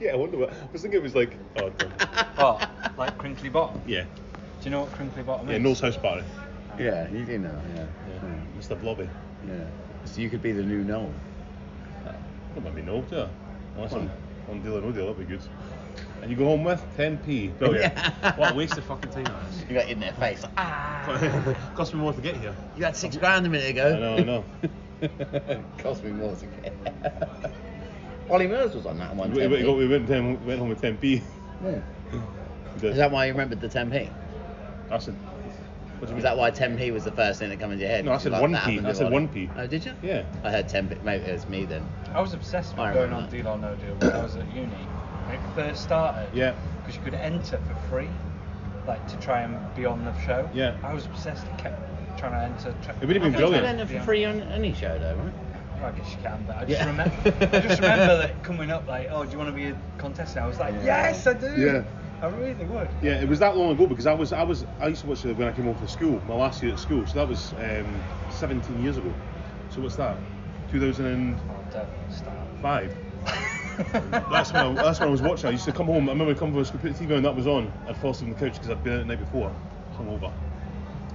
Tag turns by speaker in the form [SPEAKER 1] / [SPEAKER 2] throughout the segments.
[SPEAKER 1] Yeah, I wonder what. I was thinking it was like. Oh, God.
[SPEAKER 2] Bot, like crinkly bottom.
[SPEAKER 1] yeah.
[SPEAKER 2] Do you know what crinkly bottom
[SPEAKER 1] Yeah,
[SPEAKER 2] is?
[SPEAKER 1] North House Party. Hmm,
[SPEAKER 3] Yeah, you do know. Yeah.
[SPEAKER 1] Yeah.
[SPEAKER 3] Yeah.
[SPEAKER 1] Mr. Blobby.
[SPEAKER 3] yeah. So you could be the new Noel.
[SPEAKER 1] That might be no, do I? Unless
[SPEAKER 3] Hmm.
[SPEAKER 1] I'm on deal or no deal, that'd be good. And you go home with 10p. Brilliant.
[SPEAKER 2] What a waste of fucking time that is.
[SPEAKER 3] You got in their face. Like, ah.
[SPEAKER 1] Cost me more to get here.
[SPEAKER 3] you had six grand a minute ago.
[SPEAKER 1] I know, I know.
[SPEAKER 3] Cost me more to get. Ollie Murs was on that one.
[SPEAKER 1] We, we,
[SPEAKER 3] 10p.
[SPEAKER 1] we, we went, ten, went home with 10p.
[SPEAKER 3] Yeah.
[SPEAKER 1] We did.
[SPEAKER 3] Is that why you remembered the 10p?
[SPEAKER 1] I said, what do you
[SPEAKER 3] Was
[SPEAKER 1] mean?
[SPEAKER 3] that why 10p was the first thing that came into your head?
[SPEAKER 1] No, I
[SPEAKER 3] You
[SPEAKER 1] said
[SPEAKER 3] like,
[SPEAKER 1] 1p.
[SPEAKER 3] that happened
[SPEAKER 1] I
[SPEAKER 3] to
[SPEAKER 1] said
[SPEAKER 3] Ollie.
[SPEAKER 1] 1p.
[SPEAKER 3] Oh, did you?
[SPEAKER 1] Yeah.
[SPEAKER 3] I heard 10p. Maybe it was me then.
[SPEAKER 2] I was obsessed
[SPEAKER 3] I
[SPEAKER 2] with going
[SPEAKER 3] remember
[SPEAKER 2] on
[SPEAKER 3] that.
[SPEAKER 2] Deal or No Deal when I was at uni. When it first started.
[SPEAKER 1] Yeah.
[SPEAKER 2] Because you could enter for free, like to try and be on the show.
[SPEAKER 1] Yeah.
[SPEAKER 2] I was obsessed. I kept trying to enter. Tra-
[SPEAKER 1] It would have been
[SPEAKER 2] I
[SPEAKER 3] You
[SPEAKER 2] can't
[SPEAKER 1] brilliant.
[SPEAKER 3] can
[SPEAKER 2] remember
[SPEAKER 3] enter for
[SPEAKER 2] the-
[SPEAKER 3] free on any show though, right?
[SPEAKER 2] I guess you can, but I just
[SPEAKER 3] Yeah.
[SPEAKER 2] remember. I just remember that coming up like, oh, do you want to be a contestant? I was like,
[SPEAKER 3] Yeah.
[SPEAKER 2] yes, I do.
[SPEAKER 1] Yeah.
[SPEAKER 2] I really would.
[SPEAKER 1] Yeah, it was that long ago because I was I was I used to watch it when I came home from school, my last year at school. So that was um, 17 years ago. So what's that? 2005.
[SPEAKER 2] Oh, don't start.
[SPEAKER 1] That's when I, that's when I was watching. I used to come home. I remember I'd come from school, put the TV on, that was on. I'd fall asleep on the couch because I'd been out the night before, hungover.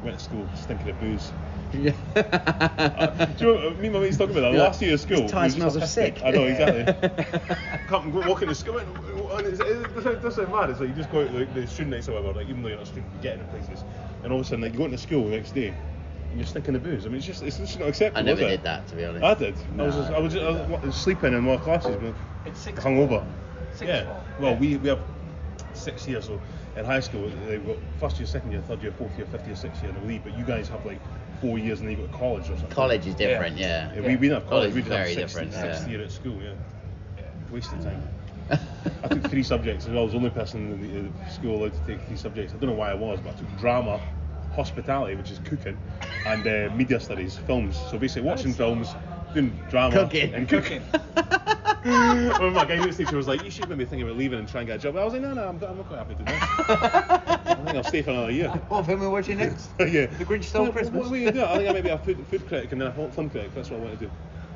[SPEAKER 1] Went to school, stinking of booze. Uh, do you know, me and my mates talking about that
[SPEAKER 3] You're
[SPEAKER 1] last
[SPEAKER 3] like,
[SPEAKER 1] year at school.
[SPEAKER 3] This tie
[SPEAKER 1] we were just
[SPEAKER 3] smells of
[SPEAKER 1] autistic.
[SPEAKER 3] sick.
[SPEAKER 1] I know exactly. Come and walk into school. and- and it's- it doesn't- doesn't matter. It's like you just go out like the student nights or whatever. Like even though you're not a student, you get into places, and all of a sudden like you go into school the next day, and you're stinking of booze. I mean, it's just it's just not acceptable.
[SPEAKER 3] I never
[SPEAKER 1] is it?
[SPEAKER 3] did that to be honest.
[SPEAKER 1] I did. I was
[SPEAKER 3] No,
[SPEAKER 1] just, I was, just, I
[SPEAKER 3] never
[SPEAKER 1] was
[SPEAKER 3] did that.
[SPEAKER 1] wa- sleeping in my classes, but
[SPEAKER 2] It's six.
[SPEAKER 1] hungover.
[SPEAKER 2] Six
[SPEAKER 1] yeah.
[SPEAKER 2] form.
[SPEAKER 1] Well, we we have six years. So in high school they've got first year, second year, third year, fourth year, fifth year, sixth year in the league. But you guys have like four years, and then you go to college or something.
[SPEAKER 3] College is different,
[SPEAKER 2] Yeah.
[SPEAKER 3] yeah.
[SPEAKER 1] Yeah, We, we didn't have college.
[SPEAKER 3] College
[SPEAKER 1] we
[SPEAKER 3] is
[SPEAKER 1] did have
[SPEAKER 3] very
[SPEAKER 1] sixth,
[SPEAKER 3] different,
[SPEAKER 1] sixth
[SPEAKER 3] yeah.
[SPEAKER 1] year at school. Yeah.
[SPEAKER 2] Yeah.
[SPEAKER 1] Wasted time. I took three subjects as well. I was the only person in the uh, school allowed to take three subjects. I don't know why I was, but I took drama, hospitality, which is cooking, and uh, media studies, films. So basically, watching films, doing drama,
[SPEAKER 3] Cooking.
[SPEAKER 1] and cooking. I remember my guidance teacher was like, "You should maybe think about leaving and trying to get a job." I was like, "No, no, I'm, I'm quite happy to do that. I think I'll stay for another year."
[SPEAKER 3] What film are we watching next?
[SPEAKER 1] yeah.
[SPEAKER 3] The Grinch Stole
[SPEAKER 1] What-
[SPEAKER 3] Christmas.
[SPEAKER 1] What, what do you do? I think I may be a food, food critic and then a fil- film critic. That's what I want to do.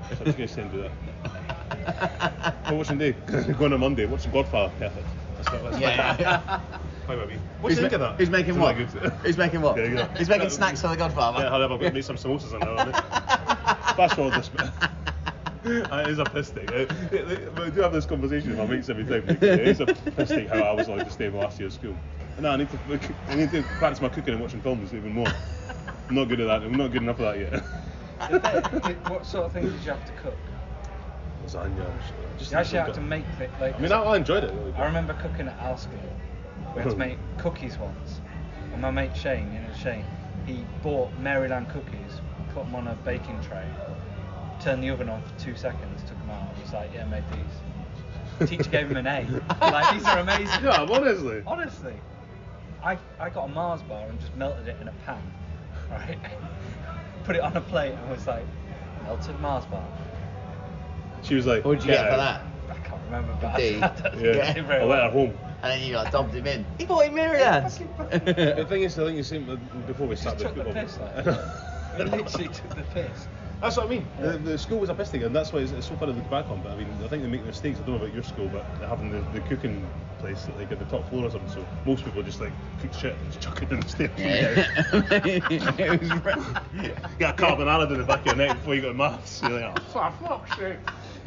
[SPEAKER 1] So I'm just going to send do that. Well, watching day? Going on Monday. Watching Godfather. Perfect. That's what that's
[SPEAKER 3] yeah.
[SPEAKER 1] fine by me. What do you think of that?
[SPEAKER 3] Who's making
[SPEAKER 1] Isn't
[SPEAKER 3] what?
[SPEAKER 1] that good?
[SPEAKER 3] Who's making what?
[SPEAKER 1] Yeah, yeah.
[SPEAKER 3] Who's making snacks for the Godfather?
[SPEAKER 1] Yeah, however, I've got to make some samosas in there. haven't I? Fast forward this bit. It is a piss take. Uh, it- it- but I do have this conversation with my mates every time. like, It is a piss take how I was like to stay last year at school. And now I need to I need to practice my cooking and watching films even more. I'm not good at that. I'm not good enough at that yet.
[SPEAKER 2] Did they- did- what sort of things did you have to cook?
[SPEAKER 1] Lasagna. Just
[SPEAKER 2] You actually had to make it. Like,
[SPEAKER 1] I mean, I, I enjoyed it. Really,
[SPEAKER 2] I remember cooking at our school. We had to make cookies once. And my mate Shane, you know Shane, he bought Maryland cookies, put them on a baking tray, turned the oven on for two seconds, took them out, and was like, yeah, made these. Teacher gave him an A. Like, these are amazing.
[SPEAKER 1] Yeah, honestly.
[SPEAKER 2] Honestly, I, I got a Mars bar and just melted it in a pan, right? Put it on a plate and was like, melted Mars bar.
[SPEAKER 1] She was like,
[SPEAKER 3] What did you get for
[SPEAKER 1] out.
[SPEAKER 3] that?
[SPEAKER 2] I can't remember, but
[SPEAKER 3] A D.
[SPEAKER 2] I, I don't
[SPEAKER 1] Yeah.
[SPEAKER 2] think I did very
[SPEAKER 1] I
[SPEAKER 2] well.
[SPEAKER 1] let her home.
[SPEAKER 3] And then you like dobbed him in. He bought him Miriam's.
[SPEAKER 1] The thing is, I think you seen before we
[SPEAKER 2] just
[SPEAKER 1] started
[SPEAKER 2] took the piss, like. It literally took the piss.
[SPEAKER 1] That's what I mean. The, the school was a piss take, and that's why it's, it's so funny to look back on. But I mean, I think they make mistakes. I don't know about your school, but they're having the, the cooking place like at the top floor or something. So most people just like cook shit, and just chuck it down the stairs.
[SPEAKER 3] Yeah. it was re-
[SPEAKER 1] Get a carbonara down the back of your neck before you go to maths. You're like, oh, for fuck's sake.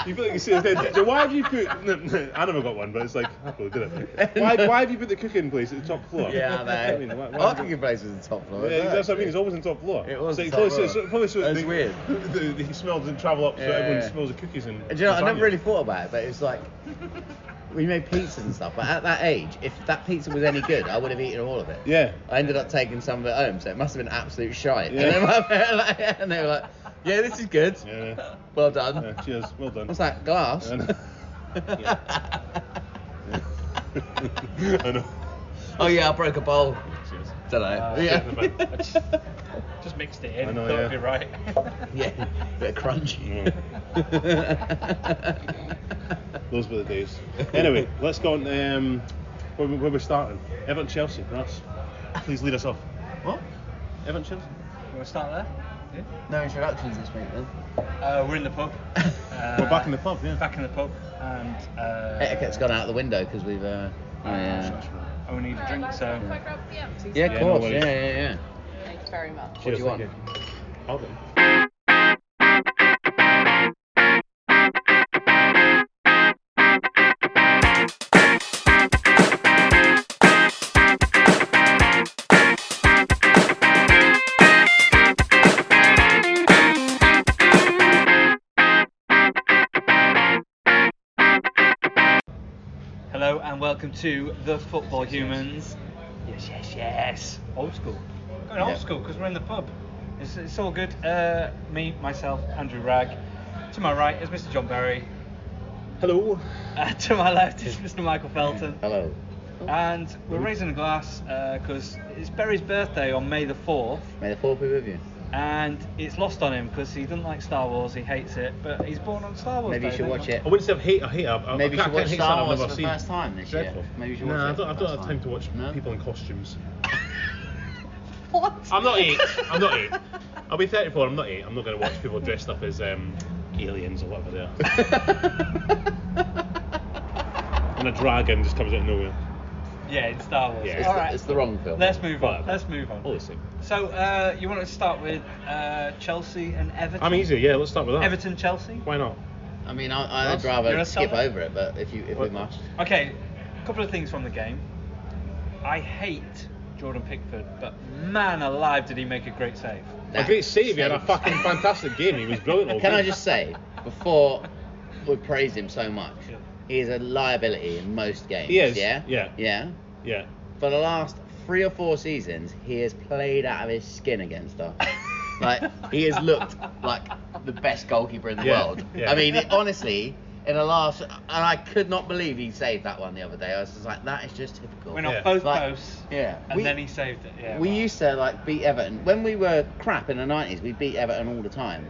[SPEAKER 1] You feel like you see it dead. So why have you put? I never got one, but it's like I probably did it. Why, why have you put the cooking place at the top floor?
[SPEAKER 3] Yeah, I know.
[SPEAKER 1] I mean, why, why
[SPEAKER 3] Our cooking place was the top floor.
[SPEAKER 1] Oh, Yeah,
[SPEAKER 3] wasn't
[SPEAKER 1] that's
[SPEAKER 3] it?
[SPEAKER 1] what I mean. It's always on top floor.
[SPEAKER 3] It was
[SPEAKER 1] So
[SPEAKER 3] on
[SPEAKER 1] it's
[SPEAKER 3] top
[SPEAKER 1] probably,
[SPEAKER 3] floor.
[SPEAKER 1] so- so- probably so
[SPEAKER 3] That's
[SPEAKER 1] the,
[SPEAKER 3] weird.
[SPEAKER 1] The, the smell doesn't travel up, so
[SPEAKER 3] Yeah.
[SPEAKER 1] everyone smells the cookies and.
[SPEAKER 3] Do you know, I
[SPEAKER 1] lasagna.
[SPEAKER 3] never really thought about it, but it's like we made pizzas and stuff. But at that age, if that pizza was any good, I would have eaten all of it.
[SPEAKER 1] Yeah.
[SPEAKER 3] I ended up taking some of it home, so it must have been absolute shite.
[SPEAKER 1] Yeah.
[SPEAKER 3] And, then my parents like, and they were like, "Yeah, this is good.
[SPEAKER 1] Yeah.
[SPEAKER 3] Well done."
[SPEAKER 1] yeah. Cheers. Well done.
[SPEAKER 3] What's that glass?
[SPEAKER 1] I know. I know.
[SPEAKER 3] oh yeah, I broke a bowl.
[SPEAKER 1] Cheers.
[SPEAKER 3] Don't know.
[SPEAKER 2] Uh,
[SPEAKER 3] yeah.
[SPEAKER 1] I
[SPEAKER 2] just- Just mixed it in.
[SPEAKER 1] I know,
[SPEAKER 2] Thought
[SPEAKER 1] yeah.
[SPEAKER 2] it'd be right.
[SPEAKER 3] yeah. Bit of crunchy.
[SPEAKER 1] Those were the days. Anyway, let's go on. Um, where, we- where we're starting. Everton Chelsea. That's. Please lead us off.
[SPEAKER 3] what?
[SPEAKER 1] Everton Chelsea.
[SPEAKER 2] We'll start there.
[SPEAKER 3] No introductions this week then.
[SPEAKER 2] Yeah. Uh, we're in the pub. Uh,
[SPEAKER 1] We're back in the pub, yeah.
[SPEAKER 2] Back in the pub, and uh,
[SPEAKER 3] Etiquette's gone out the window because we've. Uh, oh
[SPEAKER 1] Ah,
[SPEAKER 3] yeah.
[SPEAKER 1] That's right.
[SPEAKER 2] Oh, we need a drink, so
[SPEAKER 4] Can I grab the empty?
[SPEAKER 3] Yeah,
[SPEAKER 1] Yeah,
[SPEAKER 3] of
[SPEAKER 1] no
[SPEAKER 3] course.
[SPEAKER 1] worries.
[SPEAKER 3] yeah, yeah, yeah.
[SPEAKER 4] Thank you very much.
[SPEAKER 3] What do you want?
[SPEAKER 1] Hold on.
[SPEAKER 2] hello and welcome to the Football Humans. Yes, yes, yes. Old school. We're going
[SPEAKER 3] Yeah.
[SPEAKER 2] old school because we're in the pub. It's, it's all good. Uh, me, myself, Andrew Ragg. To my right is Mr. John Barry.
[SPEAKER 1] Hello.
[SPEAKER 2] Uh, to my left is Mr. Michael Felton.
[SPEAKER 3] Hello.
[SPEAKER 2] And we're raising a glass because it's Barry's birthday on May the 4th.
[SPEAKER 3] May the fourth be with you.
[SPEAKER 2] And it's lost on him because he doesn't like Star Wars, he hates it, but he's born on Star Wars.
[SPEAKER 3] Maybe you
[SPEAKER 2] Day,
[SPEAKER 3] should
[SPEAKER 2] don't
[SPEAKER 3] watch
[SPEAKER 2] you?
[SPEAKER 3] it.
[SPEAKER 1] I wouldn't say I hate. I hate. I, I,
[SPEAKER 3] Maybe you
[SPEAKER 1] I
[SPEAKER 3] should
[SPEAKER 1] can't
[SPEAKER 3] watch
[SPEAKER 1] hate
[SPEAKER 3] Star
[SPEAKER 1] something I've
[SPEAKER 3] Wars
[SPEAKER 1] never
[SPEAKER 3] for the
[SPEAKER 1] seen.
[SPEAKER 3] first time this year.
[SPEAKER 1] Dreadful.
[SPEAKER 3] Maybe you should
[SPEAKER 1] Nah,
[SPEAKER 3] watch it
[SPEAKER 1] I
[SPEAKER 3] for
[SPEAKER 1] don't, I
[SPEAKER 3] the
[SPEAKER 1] don't
[SPEAKER 3] first
[SPEAKER 1] have time
[SPEAKER 3] time.
[SPEAKER 1] to watch
[SPEAKER 3] No?
[SPEAKER 1] people in costumes.
[SPEAKER 4] What?
[SPEAKER 1] I'm not eight. I'm not eight. I'll be 34. I'm not eight. I'm not going to watch people dressed up as um, aliens or whatever they are. and a dragon just comes out of nowhere.
[SPEAKER 2] Yeah, in Star Wars.
[SPEAKER 1] Yeah.
[SPEAKER 3] It's,
[SPEAKER 1] All
[SPEAKER 3] the,
[SPEAKER 2] Alright,
[SPEAKER 3] it's the Oh, wrong film.
[SPEAKER 2] Let's move on.
[SPEAKER 1] Right.
[SPEAKER 2] Let's move on.
[SPEAKER 1] All the same.
[SPEAKER 2] So, uh, you want to start with uh, Chelsea and Everton?
[SPEAKER 1] I'm easy. Yeah, let's start with that.
[SPEAKER 2] Everton, Chelsea.
[SPEAKER 1] Why not?
[SPEAKER 3] I mean, I, I'd
[SPEAKER 2] Ross, you're
[SPEAKER 3] rather
[SPEAKER 2] a
[SPEAKER 3] skip
[SPEAKER 2] seller?
[SPEAKER 3] over it, but if you if we
[SPEAKER 1] What?
[SPEAKER 3] must.
[SPEAKER 2] Okay, a couple of things from the game. I hate Jordan Pickford, but man alive, did he make a great save.
[SPEAKER 1] A
[SPEAKER 3] Nah,
[SPEAKER 1] great save. He had a
[SPEAKER 3] saves.
[SPEAKER 1] fucking fantastic game. He was brilliant. all
[SPEAKER 3] Can I
[SPEAKER 1] game.
[SPEAKER 3] just say, before we praise him so much,
[SPEAKER 2] Yeah.
[SPEAKER 3] he is a liability in most games.
[SPEAKER 1] He is,
[SPEAKER 3] Yeah.
[SPEAKER 1] yeah.
[SPEAKER 3] Yeah.
[SPEAKER 1] Yeah.
[SPEAKER 3] For the last three or four seasons, he has played out of his skin against us. like he has looked like the best goalkeeper in the
[SPEAKER 1] Yeah,
[SPEAKER 3] world.
[SPEAKER 1] yeah.
[SPEAKER 3] I mean, it, honestly, in the last, and I could not believe he saved that one the other day. I was just like, that is just typical.
[SPEAKER 2] Went off
[SPEAKER 1] Yeah.
[SPEAKER 2] both
[SPEAKER 3] Like,
[SPEAKER 2] posts.
[SPEAKER 3] yeah,
[SPEAKER 2] And
[SPEAKER 3] we-
[SPEAKER 2] then he saved it. Yeah.
[SPEAKER 3] we
[SPEAKER 2] wow.
[SPEAKER 3] used to like beat Everton when we were crap in the nineties. We beat Everton all the time.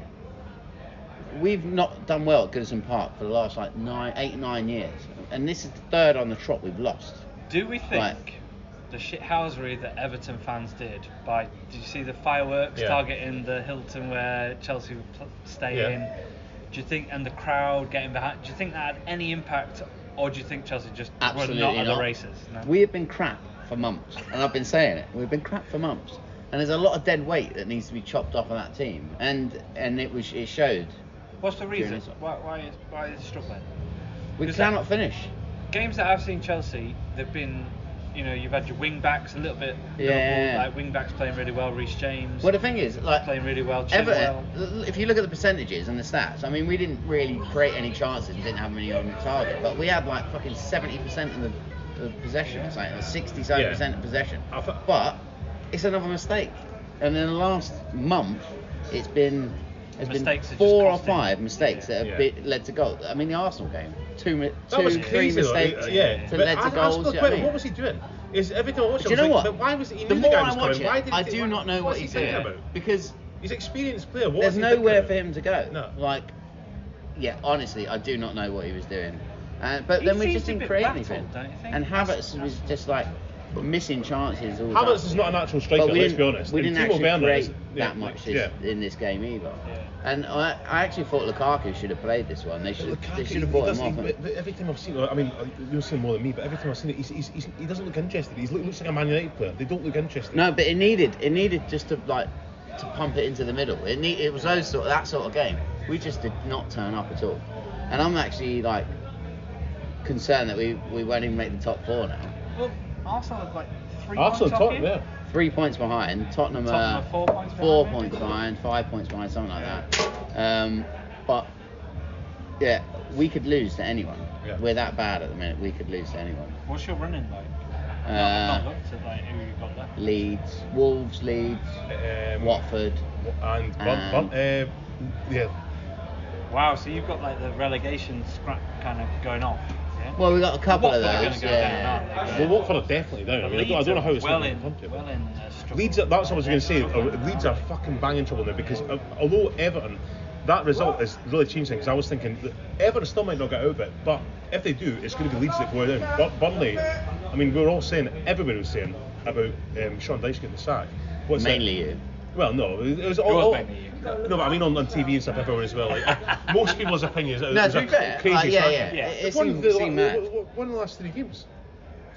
[SPEAKER 3] We've not done well at Goodison Park for the last like nine, eight, nine years, and this is the third on the trot we've lost.
[SPEAKER 2] Do we think
[SPEAKER 3] Right.
[SPEAKER 2] the shithousery that Everton fans did by did you see the fireworks
[SPEAKER 1] Yeah.
[SPEAKER 2] targeting the Hilton where Chelsea were pl- staying?
[SPEAKER 1] Yeah.
[SPEAKER 2] Do you think and the crowd getting behind? Do you think that had any impact, or do you think Chelsea just
[SPEAKER 3] Absolutely
[SPEAKER 2] were not, at the
[SPEAKER 3] not.
[SPEAKER 2] races? No.
[SPEAKER 3] We have been crap for months, and I've been saying it. We've been crap for months, and there's a lot of dead weight that needs to be chopped off of that team, and and it was it showed.
[SPEAKER 2] What's the reason?
[SPEAKER 3] Journalism.
[SPEAKER 2] Why, why is why is it struggling?
[SPEAKER 3] We
[SPEAKER 2] Is that-
[SPEAKER 3] cannot finish.
[SPEAKER 2] Games that I've seen Chelsea, they've been, you know, you've had your wing backs a little bit.
[SPEAKER 3] Yeah.
[SPEAKER 2] Liverpool, like wing backs playing really well. Reece James.
[SPEAKER 3] Well, the thing is, like
[SPEAKER 2] Playing really well, Chilwell.
[SPEAKER 3] Everton. l- If you look at the percentages and the stats, I mean, we didn't really create any chances. and didn't have many on target, but we had like fucking seventy percent of the, the possession, or something, or sixty seven percent of possession.
[SPEAKER 1] I thought-
[SPEAKER 3] But it's another mistake. And in the last month, it's been there's
[SPEAKER 2] Mistakes are just
[SPEAKER 3] been four or
[SPEAKER 2] costing.
[SPEAKER 3] five mistakes that have
[SPEAKER 1] Yeah.
[SPEAKER 3] been, led to goal. I mean, the Arsenal game, two, mi-
[SPEAKER 1] That was
[SPEAKER 3] two, three
[SPEAKER 1] crazy, though.
[SPEAKER 3] mistakes
[SPEAKER 1] Uh, yeah.
[SPEAKER 3] to
[SPEAKER 1] But
[SPEAKER 3] led
[SPEAKER 1] I,
[SPEAKER 3] to
[SPEAKER 1] I
[SPEAKER 3] goals.
[SPEAKER 1] still
[SPEAKER 3] do you know
[SPEAKER 1] question,
[SPEAKER 3] what I mean?
[SPEAKER 1] What was he doing? Is every time I watch
[SPEAKER 3] Do
[SPEAKER 1] him,
[SPEAKER 3] you
[SPEAKER 1] I
[SPEAKER 3] know
[SPEAKER 1] was
[SPEAKER 3] what?
[SPEAKER 1] like, But why was he? he
[SPEAKER 3] the
[SPEAKER 1] knew
[SPEAKER 3] more
[SPEAKER 1] guy
[SPEAKER 3] I
[SPEAKER 1] was
[SPEAKER 3] watch
[SPEAKER 1] coming. Why
[SPEAKER 3] it,
[SPEAKER 1] did
[SPEAKER 3] I
[SPEAKER 1] he-
[SPEAKER 3] do
[SPEAKER 1] why-
[SPEAKER 3] not know what
[SPEAKER 1] what's
[SPEAKER 3] he's
[SPEAKER 1] he
[SPEAKER 3] doing
[SPEAKER 1] thinking about?
[SPEAKER 3] because
[SPEAKER 1] He's an experienced player. What
[SPEAKER 3] There's
[SPEAKER 1] was he thinking
[SPEAKER 3] nowhere
[SPEAKER 1] about?
[SPEAKER 3] for him to go.
[SPEAKER 1] No.
[SPEAKER 3] Like, yeah, honestly, I do not know what he was doing. Uh, but
[SPEAKER 2] He
[SPEAKER 3] then we
[SPEAKER 2] seems
[SPEAKER 3] just
[SPEAKER 2] a
[SPEAKER 3] didn't
[SPEAKER 2] bit
[SPEAKER 3] create
[SPEAKER 2] rattled,
[SPEAKER 3] anything.
[SPEAKER 2] don't you think?
[SPEAKER 3] And
[SPEAKER 2] That's-
[SPEAKER 3] Havertz was just like missing chances all the
[SPEAKER 1] Havertz
[SPEAKER 3] time.
[SPEAKER 1] is not an actual striker,
[SPEAKER 3] But we
[SPEAKER 1] let's be
[SPEAKER 3] didn't-
[SPEAKER 1] honest.
[SPEAKER 3] We
[SPEAKER 1] And
[SPEAKER 3] didn't
[SPEAKER 1] Timo
[SPEAKER 3] actually
[SPEAKER 1] Werner
[SPEAKER 3] create
[SPEAKER 1] is- yeah,
[SPEAKER 3] that much
[SPEAKER 1] yeah.
[SPEAKER 3] this, in this game either.
[SPEAKER 2] Yeah.
[SPEAKER 3] And I, I actually thought Lukaku should have played this one. They should
[SPEAKER 1] But
[SPEAKER 3] have, they
[SPEAKER 1] Lukaku,
[SPEAKER 3] should have
[SPEAKER 1] he
[SPEAKER 3] bought him
[SPEAKER 1] doesn't-
[SPEAKER 3] off.
[SPEAKER 1] he- but Every time I've seen, I mean, you're seeing more than me, but every time I've seen it, he's, he's, he's, he doesn't look interested. He looks like a Man United player. They don't look interested.
[SPEAKER 3] No, but it needed it needed just to like to pump it into the middle. It need, it was those sort that sort of game. We just did not turn up at all, and I'm actually like concerned that we we won't even make the top four now.
[SPEAKER 2] Well, Arsenal have like three
[SPEAKER 1] Arsenal
[SPEAKER 2] points off
[SPEAKER 1] top,
[SPEAKER 2] you.
[SPEAKER 1] yeah.
[SPEAKER 3] Three points behind. Tottenham,
[SPEAKER 2] Tottenham
[SPEAKER 3] uh,
[SPEAKER 2] are four points
[SPEAKER 3] four
[SPEAKER 2] behind,
[SPEAKER 3] points
[SPEAKER 2] maybe?
[SPEAKER 3] behind, five points behind, something like
[SPEAKER 2] Yeah.
[SPEAKER 3] that. Um, but yeah, we could lose to anyone.
[SPEAKER 1] Yeah.
[SPEAKER 3] We're that bad at the minute. We could lose to anyone.
[SPEAKER 2] What's your running like?
[SPEAKER 3] Uh,
[SPEAKER 2] not, not looked at like who you've got left.
[SPEAKER 3] Leeds, Wolves, Leeds,
[SPEAKER 1] Um,
[SPEAKER 3] Watford.
[SPEAKER 1] And
[SPEAKER 3] And-
[SPEAKER 1] Bump, Bump, uh, yeah.
[SPEAKER 2] Wow, so you've got like the relegation scrap kind of going off. Yeah?
[SPEAKER 3] Well, we got a couple
[SPEAKER 2] Watford
[SPEAKER 3] of
[SPEAKER 2] are
[SPEAKER 3] those.
[SPEAKER 2] gonna go down,
[SPEAKER 3] yeah.
[SPEAKER 2] aren't they?
[SPEAKER 1] Well, Watford are definitely down. I, mean, I, don't, I don't know how it's
[SPEAKER 2] well
[SPEAKER 1] happening
[SPEAKER 2] in,
[SPEAKER 1] in the country.
[SPEAKER 2] well in uh, struggle.
[SPEAKER 1] Leeds, are- that's what I was going to say.
[SPEAKER 2] Struggle,
[SPEAKER 1] Uh, Leeds are
[SPEAKER 2] aren't they?
[SPEAKER 1] fucking banging trouble now because uh, although Everton, that result has really changed things. I was thinking that Everton still might not get out of it, but if they do, it's going to be Leeds that go down. But Burnley, I mean, we were all saying, everybody was saying about um, Sean Dyche getting sacked. What's
[SPEAKER 3] Mainly you.
[SPEAKER 1] It? Well, no, it was
[SPEAKER 2] was
[SPEAKER 1] all. all-
[SPEAKER 2] mainly you.
[SPEAKER 1] no, but I mean on, on TV and stuff, everyone as well. Like, most people's opinions. It
[SPEAKER 3] No,
[SPEAKER 1] was
[SPEAKER 3] to be
[SPEAKER 1] a
[SPEAKER 3] fair,
[SPEAKER 1] crazy
[SPEAKER 3] like, yeah,
[SPEAKER 1] sacking.
[SPEAKER 3] yeah,
[SPEAKER 2] Yeah.
[SPEAKER 3] It, it
[SPEAKER 1] One of
[SPEAKER 3] seemed,
[SPEAKER 1] the-
[SPEAKER 3] seemed mad.
[SPEAKER 1] w- w- One of the last three games.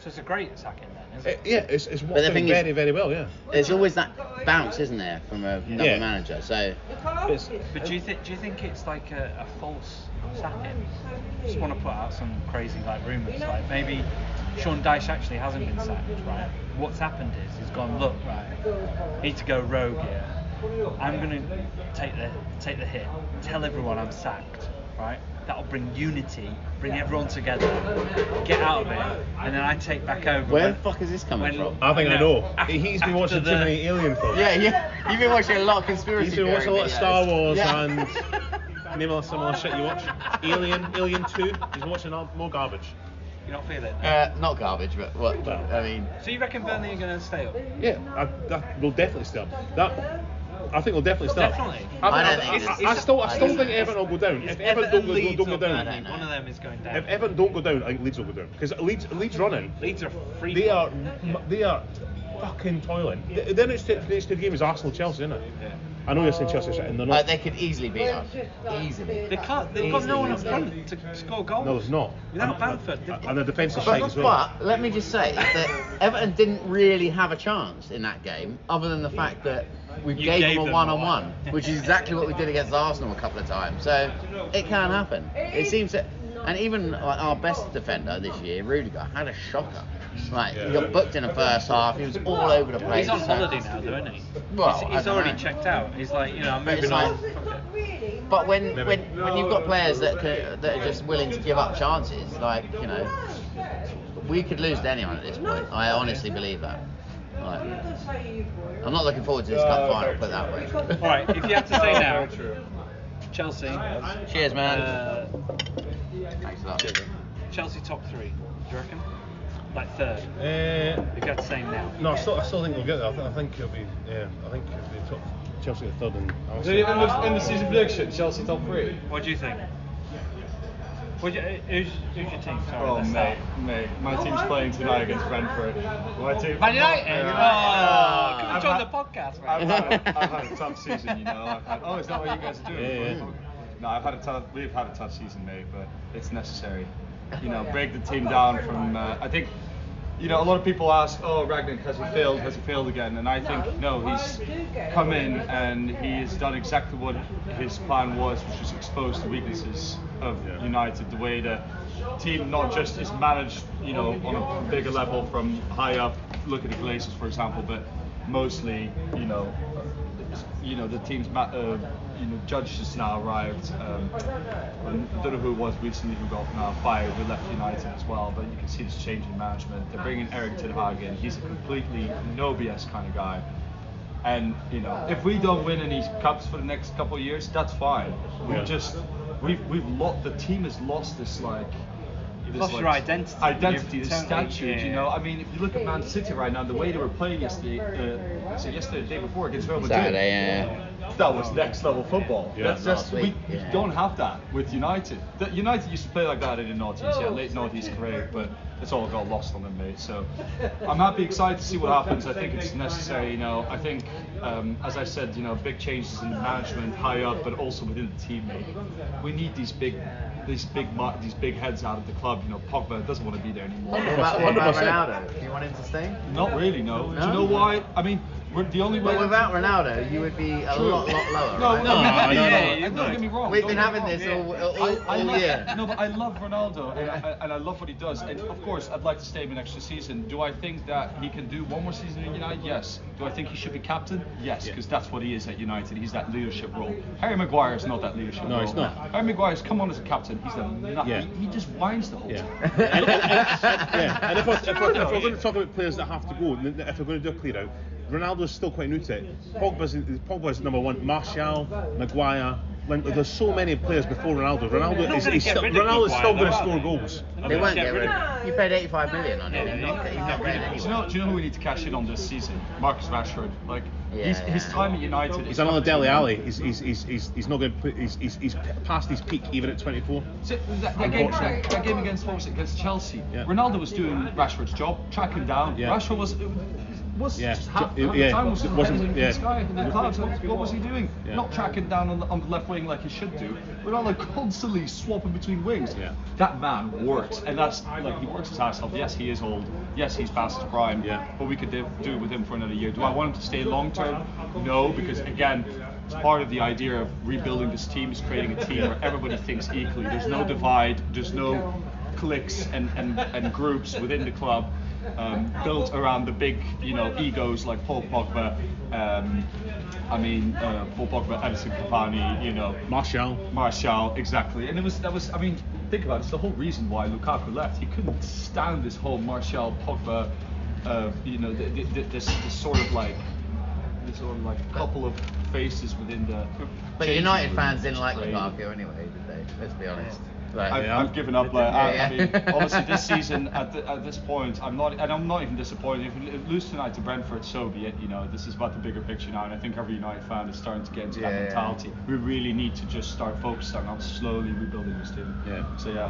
[SPEAKER 2] So it's a great sacking then, isn't
[SPEAKER 1] Uh,
[SPEAKER 2] it?
[SPEAKER 1] yeah, it's, it's
[SPEAKER 3] the
[SPEAKER 1] working
[SPEAKER 3] thing is-
[SPEAKER 1] very, very well, yeah.
[SPEAKER 3] There's always that bounce, isn't there, from another
[SPEAKER 1] Yeah.
[SPEAKER 3] manager? So
[SPEAKER 1] It's-
[SPEAKER 2] But do you think do you think it's like a, a false sacking? Just want to put out some crazy like rumours. Like maybe Sean Dyche actually hasn't been sacked, right? What's happened is he's gone. Look, right, need to go rogue here. I'm gonna take the take the hit. Tell everyone I'm sacked, right? That'll bring unity, bring everyone together. Get out of it, and then I take back over.
[SPEAKER 3] where
[SPEAKER 2] when-
[SPEAKER 3] the fuck is this coming
[SPEAKER 2] when-
[SPEAKER 3] from?
[SPEAKER 1] I think I
[SPEAKER 2] No,
[SPEAKER 1] know.
[SPEAKER 2] af-
[SPEAKER 1] He's been
[SPEAKER 2] after
[SPEAKER 1] watching
[SPEAKER 2] the-
[SPEAKER 1] too many Alien films.
[SPEAKER 3] Yeah, yeah. You've been watching a lot of conspiracy
[SPEAKER 1] He's Oh. been watching a lot of
[SPEAKER 3] theory
[SPEAKER 1] Star
[SPEAKER 3] videos.
[SPEAKER 1] Wars
[SPEAKER 3] Yeah.
[SPEAKER 1] and name all similar shit you watch. Alien, Alien 2. He's watching all, more garbage.
[SPEAKER 2] You're not feeling it.
[SPEAKER 3] Uh, not garbage, but what? I mean,
[SPEAKER 2] So you reckon Burnley are gonna stay up?
[SPEAKER 1] Yeah, I, that will definitely stop. That I think will definitely stop.
[SPEAKER 2] Definitely.
[SPEAKER 1] I,
[SPEAKER 3] I don't
[SPEAKER 1] I-
[SPEAKER 3] think
[SPEAKER 1] I-
[SPEAKER 3] it's-
[SPEAKER 1] I still, I still
[SPEAKER 3] it's-
[SPEAKER 1] think Everton will go down. If Everton don't,
[SPEAKER 2] Everton,
[SPEAKER 1] go-
[SPEAKER 2] Leeds,
[SPEAKER 1] don't go
[SPEAKER 2] or
[SPEAKER 1] down,
[SPEAKER 2] Burnley, one of them is going down.
[SPEAKER 1] if Everton don't go down, I think Leeds will go down because Leeds, Leeds running.
[SPEAKER 2] Leeds are free.
[SPEAKER 1] They are, they are fucking toiling. The, the next, the next two game is Arsenal Chelsea, isn't it?
[SPEAKER 2] Yeah.
[SPEAKER 1] I know you're saying Chelsea, and they're not.
[SPEAKER 3] like they could easily beat us. Easily.
[SPEAKER 2] They can't. They've got no one up front to score goals.
[SPEAKER 1] No, there's not.
[SPEAKER 2] Without
[SPEAKER 1] And-
[SPEAKER 2] Bamford, they've got-
[SPEAKER 1] and the defensive side
[SPEAKER 3] But,
[SPEAKER 1] as well.
[SPEAKER 3] but let me just say that Everton didn't really have a chance in that game, other than the fact that we
[SPEAKER 2] You
[SPEAKER 3] gave,
[SPEAKER 2] gave
[SPEAKER 3] them a
[SPEAKER 2] them
[SPEAKER 3] one-on-one,
[SPEAKER 2] one.
[SPEAKER 3] which is exactly what we did against Arsenal a couple of times. So it can happen. It seems that, and even like, our best defender this year, Rudiger, had a shocker. Like he
[SPEAKER 1] Yeah.
[SPEAKER 3] got booked in the first half. He was all over the place.
[SPEAKER 2] He's on
[SPEAKER 3] So-
[SPEAKER 2] holiday now, though, isn't he?
[SPEAKER 3] Well,
[SPEAKER 2] he's
[SPEAKER 3] I
[SPEAKER 2] he's
[SPEAKER 3] don't
[SPEAKER 2] already
[SPEAKER 3] know.
[SPEAKER 2] checked out. He's like, you know, I'm
[SPEAKER 3] But it's
[SPEAKER 2] moving on.
[SPEAKER 3] like-
[SPEAKER 2] Fuck it.
[SPEAKER 3] But when,
[SPEAKER 1] Maybe.
[SPEAKER 3] when when you've got players that can, that are just willing to give up chances, like you know, we could lose to anyone at this point. I honestly believe that. Like, I'm not looking forward to this
[SPEAKER 5] Uh,
[SPEAKER 3] cup final. Put it that way.
[SPEAKER 2] All right, if you had to say now, Chelsea.
[SPEAKER 3] Cheers, man.
[SPEAKER 2] Uh,
[SPEAKER 3] Thanks a lot.
[SPEAKER 2] Chelsea top three. Do you reckon? Like third.
[SPEAKER 1] Uh,
[SPEAKER 2] If you had to say now.
[SPEAKER 1] No, I still, I still think we'll get there. I, th- I think it'll be, yeah, I think it'll be top. Chelsea get third and. Arsenal.
[SPEAKER 5] So you end the end of season prediction, Chelsea top three.
[SPEAKER 2] What do you think? What do you, who's, who's your team? Sorry,
[SPEAKER 5] Oh
[SPEAKER 2] let's
[SPEAKER 5] mate,
[SPEAKER 2] start.
[SPEAKER 5] mate, my team's playing tonight against Brentford. My team.
[SPEAKER 2] Man United?
[SPEAKER 5] Yeah.
[SPEAKER 2] Oh, come and
[SPEAKER 5] I've
[SPEAKER 2] join
[SPEAKER 5] had-
[SPEAKER 2] the podcast,
[SPEAKER 5] I've
[SPEAKER 2] man.
[SPEAKER 5] had, I've had a tough season, you know. I've had, oh, is that what you guys are doing?
[SPEAKER 1] Yeah, yeah.
[SPEAKER 5] No, I've had a tough. We've had a tough season, mate, but it's necessary. You know, break the team down from. Uh, I think. You know, a lot of people ask, "Oh, Ragnick has he failed? Has he failed again?" And I think no, he's come in and he has done exactly what his plan was, which was expose the weaknesses of
[SPEAKER 1] Yeah.
[SPEAKER 5] United, the way the team not just is managed, you know, on a bigger level from high up. Look at the Glazers, for example, but mostly, you know, you know the team's ma- uh, you know judge just now arrived. Um, I don't know who it was recently who got now fired. We left United as well, but you can see this change in management. They're bringing Eric Ten Hag in. He's a completely no BS kind of guy. And you know, if we don't win any cups for the next couple of years, that's fine. We
[SPEAKER 1] Yeah.
[SPEAKER 5] have just we've we've lost. The team has lost this like.
[SPEAKER 2] You've
[SPEAKER 5] this,
[SPEAKER 2] lost
[SPEAKER 5] like,
[SPEAKER 2] your identity.
[SPEAKER 5] Identity,
[SPEAKER 2] You've
[SPEAKER 5] this
[SPEAKER 2] totally-
[SPEAKER 5] statue.
[SPEAKER 2] yeah.
[SPEAKER 5] You know, I mean, if you look at Man City right now, the way they were playing yesterday, uh, was it yesterday, the day before against Real Madrid.
[SPEAKER 3] Saturday, yeah.
[SPEAKER 5] That was next level football.
[SPEAKER 1] Yeah.
[SPEAKER 5] That's
[SPEAKER 3] Last
[SPEAKER 5] just we,
[SPEAKER 3] week,
[SPEAKER 5] we
[SPEAKER 3] yeah.
[SPEAKER 5] don't have that with United. The, United used to play like that in the noughties, yeah, late noughties, great, but it's all got lost on them, mate. So I'm happy, excited to see what happens. I think it's necessary, you know. I think, um, as I said, you know, big changes in management, high up, but also within the team, mate. We need these big, these big, mo- these big heads out of the club. You know, Pogba doesn't want to be there anymore.
[SPEAKER 3] What about, what about Ronaldo? Do you want him to stay?
[SPEAKER 5] Not really, no. Do
[SPEAKER 3] No?
[SPEAKER 5] you know why? I mean, we're the only way.
[SPEAKER 3] But without Ronaldo, you would be a
[SPEAKER 5] True.
[SPEAKER 3] lot, lot lower.
[SPEAKER 5] No,
[SPEAKER 3] right?
[SPEAKER 5] no,
[SPEAKER 1] No,
[SPEAKER 5] no,
[SPEAKER 1] no,
[SPEAKER 5] no,
[SPEAKER 1] no.
[SPEAKER 5] And don't get me wrong.
[SPEAKER 3] We've
[SPEAKER 5] don't
[SPEAKER 3] been
[SPEAKER 5] get me
[SPEAKER 3] having this
[SPEAKER 5] wrong.
[SPEAKER 3] all- all- all
[SPEAKER 5] love,
[SPEAKER 3] year.
[SPEAKER 5] No, but I love Ronaldo, and I, and I love what he does. And of course, I'd like to stay him an extra season. Do I think that he can do one more season at United? Yes. Do I think he should be captain? Yes, because that's what he is at United. He's that leadership role. Harry Maguire is not that leadership
[SPEAKER 1] No,
[SPEAKER 5] role.
[SPEAKER 1] he's not.
[SPEAKER 5] Harry Maguire's come on as a captain. He's done nothing.
[SPEAKER 1] Yeah.
[SPEAKER 5] He, he just whines the whole
[SPEAKER 1] Yeah.
[SPEAKER 5] time.
[SPEAKER 1] and, and, and- yeah. and if, we're, if, we're, if we're going to talk about players that have to go, then if we're going to do a clear out, Ronaldo's still quite new to it. Pogba's, Pogba's number one. Martial, Maguire. Lin- There's so many players before Ronaldo. Ronaldo
[SPEAKER 2] not
[SPEAKER 1] is
[SPEAKER 2] gonna
[SPEAKER 1] he's
[SPEAKER 2] get
[SPEAKER 1] still,
[SPEAKER 2] rid of
[SPEAKER 1] Ronaldo's
[SPEAKER 2] Maguire,
[SPEAKER 1] still going to
[SPEAKER 2] though, are
[SPEAKER 1] score
[SPEAKER 2] they?
[SPEAKER 1] goals.
[SPEAKER 3] They won't
[SPEAKER 2] Get
[SPEAKER 3] get
[SPEAKER 2] rid
[SPEAKER 3] rid
[SPEAKER 2] of
[SPEAKER 3] of him. You paid 85 million on him.
[SPEAKER 2] Yeah,
[SPEAKER 3] He's not, he's not going
[SPEAKER 5] Do you, know,
[SPEAKER 3] anywhere.
[SPEAKER 5] do you know who we need to cash in on this season? Marcus Rashford. Like,
[SPEAKER 3] Yeah,
[SPEAKER 5] he's, his
[SPEAKER 3] yeah.
[SPEAKER 5] time at United.
[SPEAKER 1] He's
[SPEAKER 5] is
[SPEAKER 1] another Deli
[SPEAKER 5] completely-
[SPEAKER 1] Alley. He's, he's, he's, he's, he's not going to put, he's, he's, he's past his peak even at 24.
[SPEAKER 5] So that, that, game,
[SPEAKER 1] Unfortunately.
[SPEAKER 5] that game against what was it, against Chelsea?
[SPEAKER 1] Yeah.
[SPEAKER 5] Ronaldo was doing Rashford's job, tracking down.
[SPEAKER 1] Yeah.
[SPEAKER 5] Rashford was was
[SPEAKER 1] Yeah.
[SPEAKER 5] just half,
[SPEAKER 1] It-
[SPEAKER 5] half
[SPEAKER 1] yeah,
[SPEAKER 5] the time was
[SPEAKER 1] it
[SPEAKER 5] just
[SPEAKER 1] wasn't-
[SPEAKER 5] pedaling
[SPEAKER 1] yeah.
[SPEAKER 5] the sky. And then Clarkson, what was he doing?
[SPEAKER 1] Yeah.
[SPEAKER 5] Not tracking down on the, on the left wing like he should do, but rather constantly swapping between wings.
[SPEAKER 1] Yeah.
[SPEAKER 5] That man works, and that's like he works his ass off. Yes, he is old. Yes, he's past his prime.
[SPEAKER 1] Yeah.
[SPEAKER 5] But we could do do with him for another year. Do I want him to stay long term? No, because again, it's part of the idea of rebuilding this team is creating a team where everybody thinks equally. There's no divide. There's no cliques and, and, and groups within the club um, built around the big, you know, egos like Paul Pogba, um, I mean, uh, Paul Pogba, Edison Cavani, you know,
[SPEAKER 1] Martial.
[SPEAKER 5] Martial, exactly. And it was that was I mean, think about it, it's the whole reason why Lukaku left. He couldn't stand this whole Martial Pogba uh, you know, th th th this, this sort of like this sort of like couple of faces within the
[SPEAKER 3] But
[SPEAKER 5] changing
[SPEAKER 3] United
[SPEAKER 5] room,
[SPEAKER 3] fans
[SPEAKER 5] which
[SPEAKER 3] didn't
[SPEAKER 5] is
[SPEAKER 3] like
[SPEAKER 5] crazy.
[SPEAKER 3] Lukaku anyway, did they? Let's be honest.
[SPEAKER 5] I've,
[SPEAKER 3] Like,
[SPEAKER 1] Yeah.
[SPEAKER 5] I've given up. Like, I, I
[SPEAKER 3] Yeah,
[SPEAKER 5] mean,
[SPEAKER 3] yeah.
[SPEAKER 5] obviously this season at, the, at this point, I'm not, and I'm not even disappointed. If we lose tonight to Brentford, so be it. You know, this is about the bigger picture now, and I think every United fan is starting to get into
[SPEAKER 3] Yeah,
[SPEAKER 5] that
[SPEAKER 3] yeah.
[SPEAKER 5] mentality. We really need to just start focusing on slowly rebuilding this team.
[SPEAKER 1] Yeah.
[SPEAKER 5] So yeah.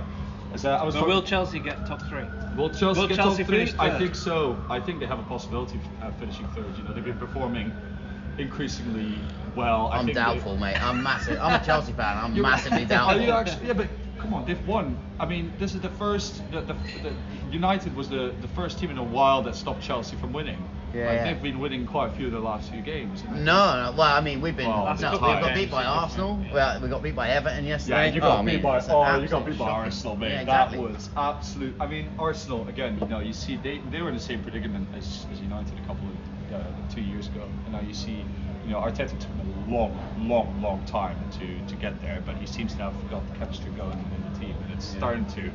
[SPEAKER 5] So I was
[SPEAKER 2] So
[SPEAKER 5] talk-
[SPEAKER 2] will Chelsea get top three?
[SPEAKER 5] Will Chelsea
[SPEAKER 2] Will
[SPEAKER 5] get
[SPEAKER 2] Chelsea
[SPEAKER 5] top three?
[SPEAKER 2] finish
[SPEAKER 5] I
[SPEAKER 2] third?
[SPEAKER 5] think so. I think they have a possibility of uh, finishing third. You know, they've been performing increasingly well. I
[SPEAKER 3] I'm
[SPEAKER 5] think they-
[SPEAKER 3] doubtful, mate. I'm massive. I'm a Chelsea fan. I'm
[SPEAKER 5] You're-
[SPEAKER 3] massively doubtful.
[SPEAKER 5] Are you actually? Yeah, but come on, they've won. I mean, this is the first. The, the, the United was the, the first team in a while that stopped Chelsea from winning.
[SPEAKER 3] Yeah,
[SPEAKER 5] like,
[SPEAKER 3] yeah.
[SPEAKER 5] they've been winning quite a few of the last few games.
[SPEAKER 3] No, no, well, I mean, we've been. no,
[SPEAKER 5] Well, that's
[SPEAKER 3] we
[SPEAKER 5] a tie.
[SPEAKER 3] got beat by Arsenal. Well, we got beat by Everton
[SPEAKER 5] Yeah,
[SPEAKER 3] yesterday.
[SPEAKER 5] you
[SPEAKER 3] Oh, I
[SPEAKER 5] got
[SPEAKER 3] mean,
[SPEAKER 5] beat by
[SPEAKER 3] it's an
[SPEAKER 5] oh, you got
[SPEAKER 3] absolute
[SPEAKER 5] beat by
[SPEAKER 3] shocking-
[SPEAKER 5] Arsenal, mate.
[SPEAKER 3] Yeah, exactly.
[SPEAKER 5] That was absolute. I mean, Arsenal again. You know, you see they they were in the same predicament as, as United a couple of uh, two years ago, and now you see, you know, Arteta took him a long, long, long time to to get there, but he seems to have got the chemistry going in the team, and it's starting to.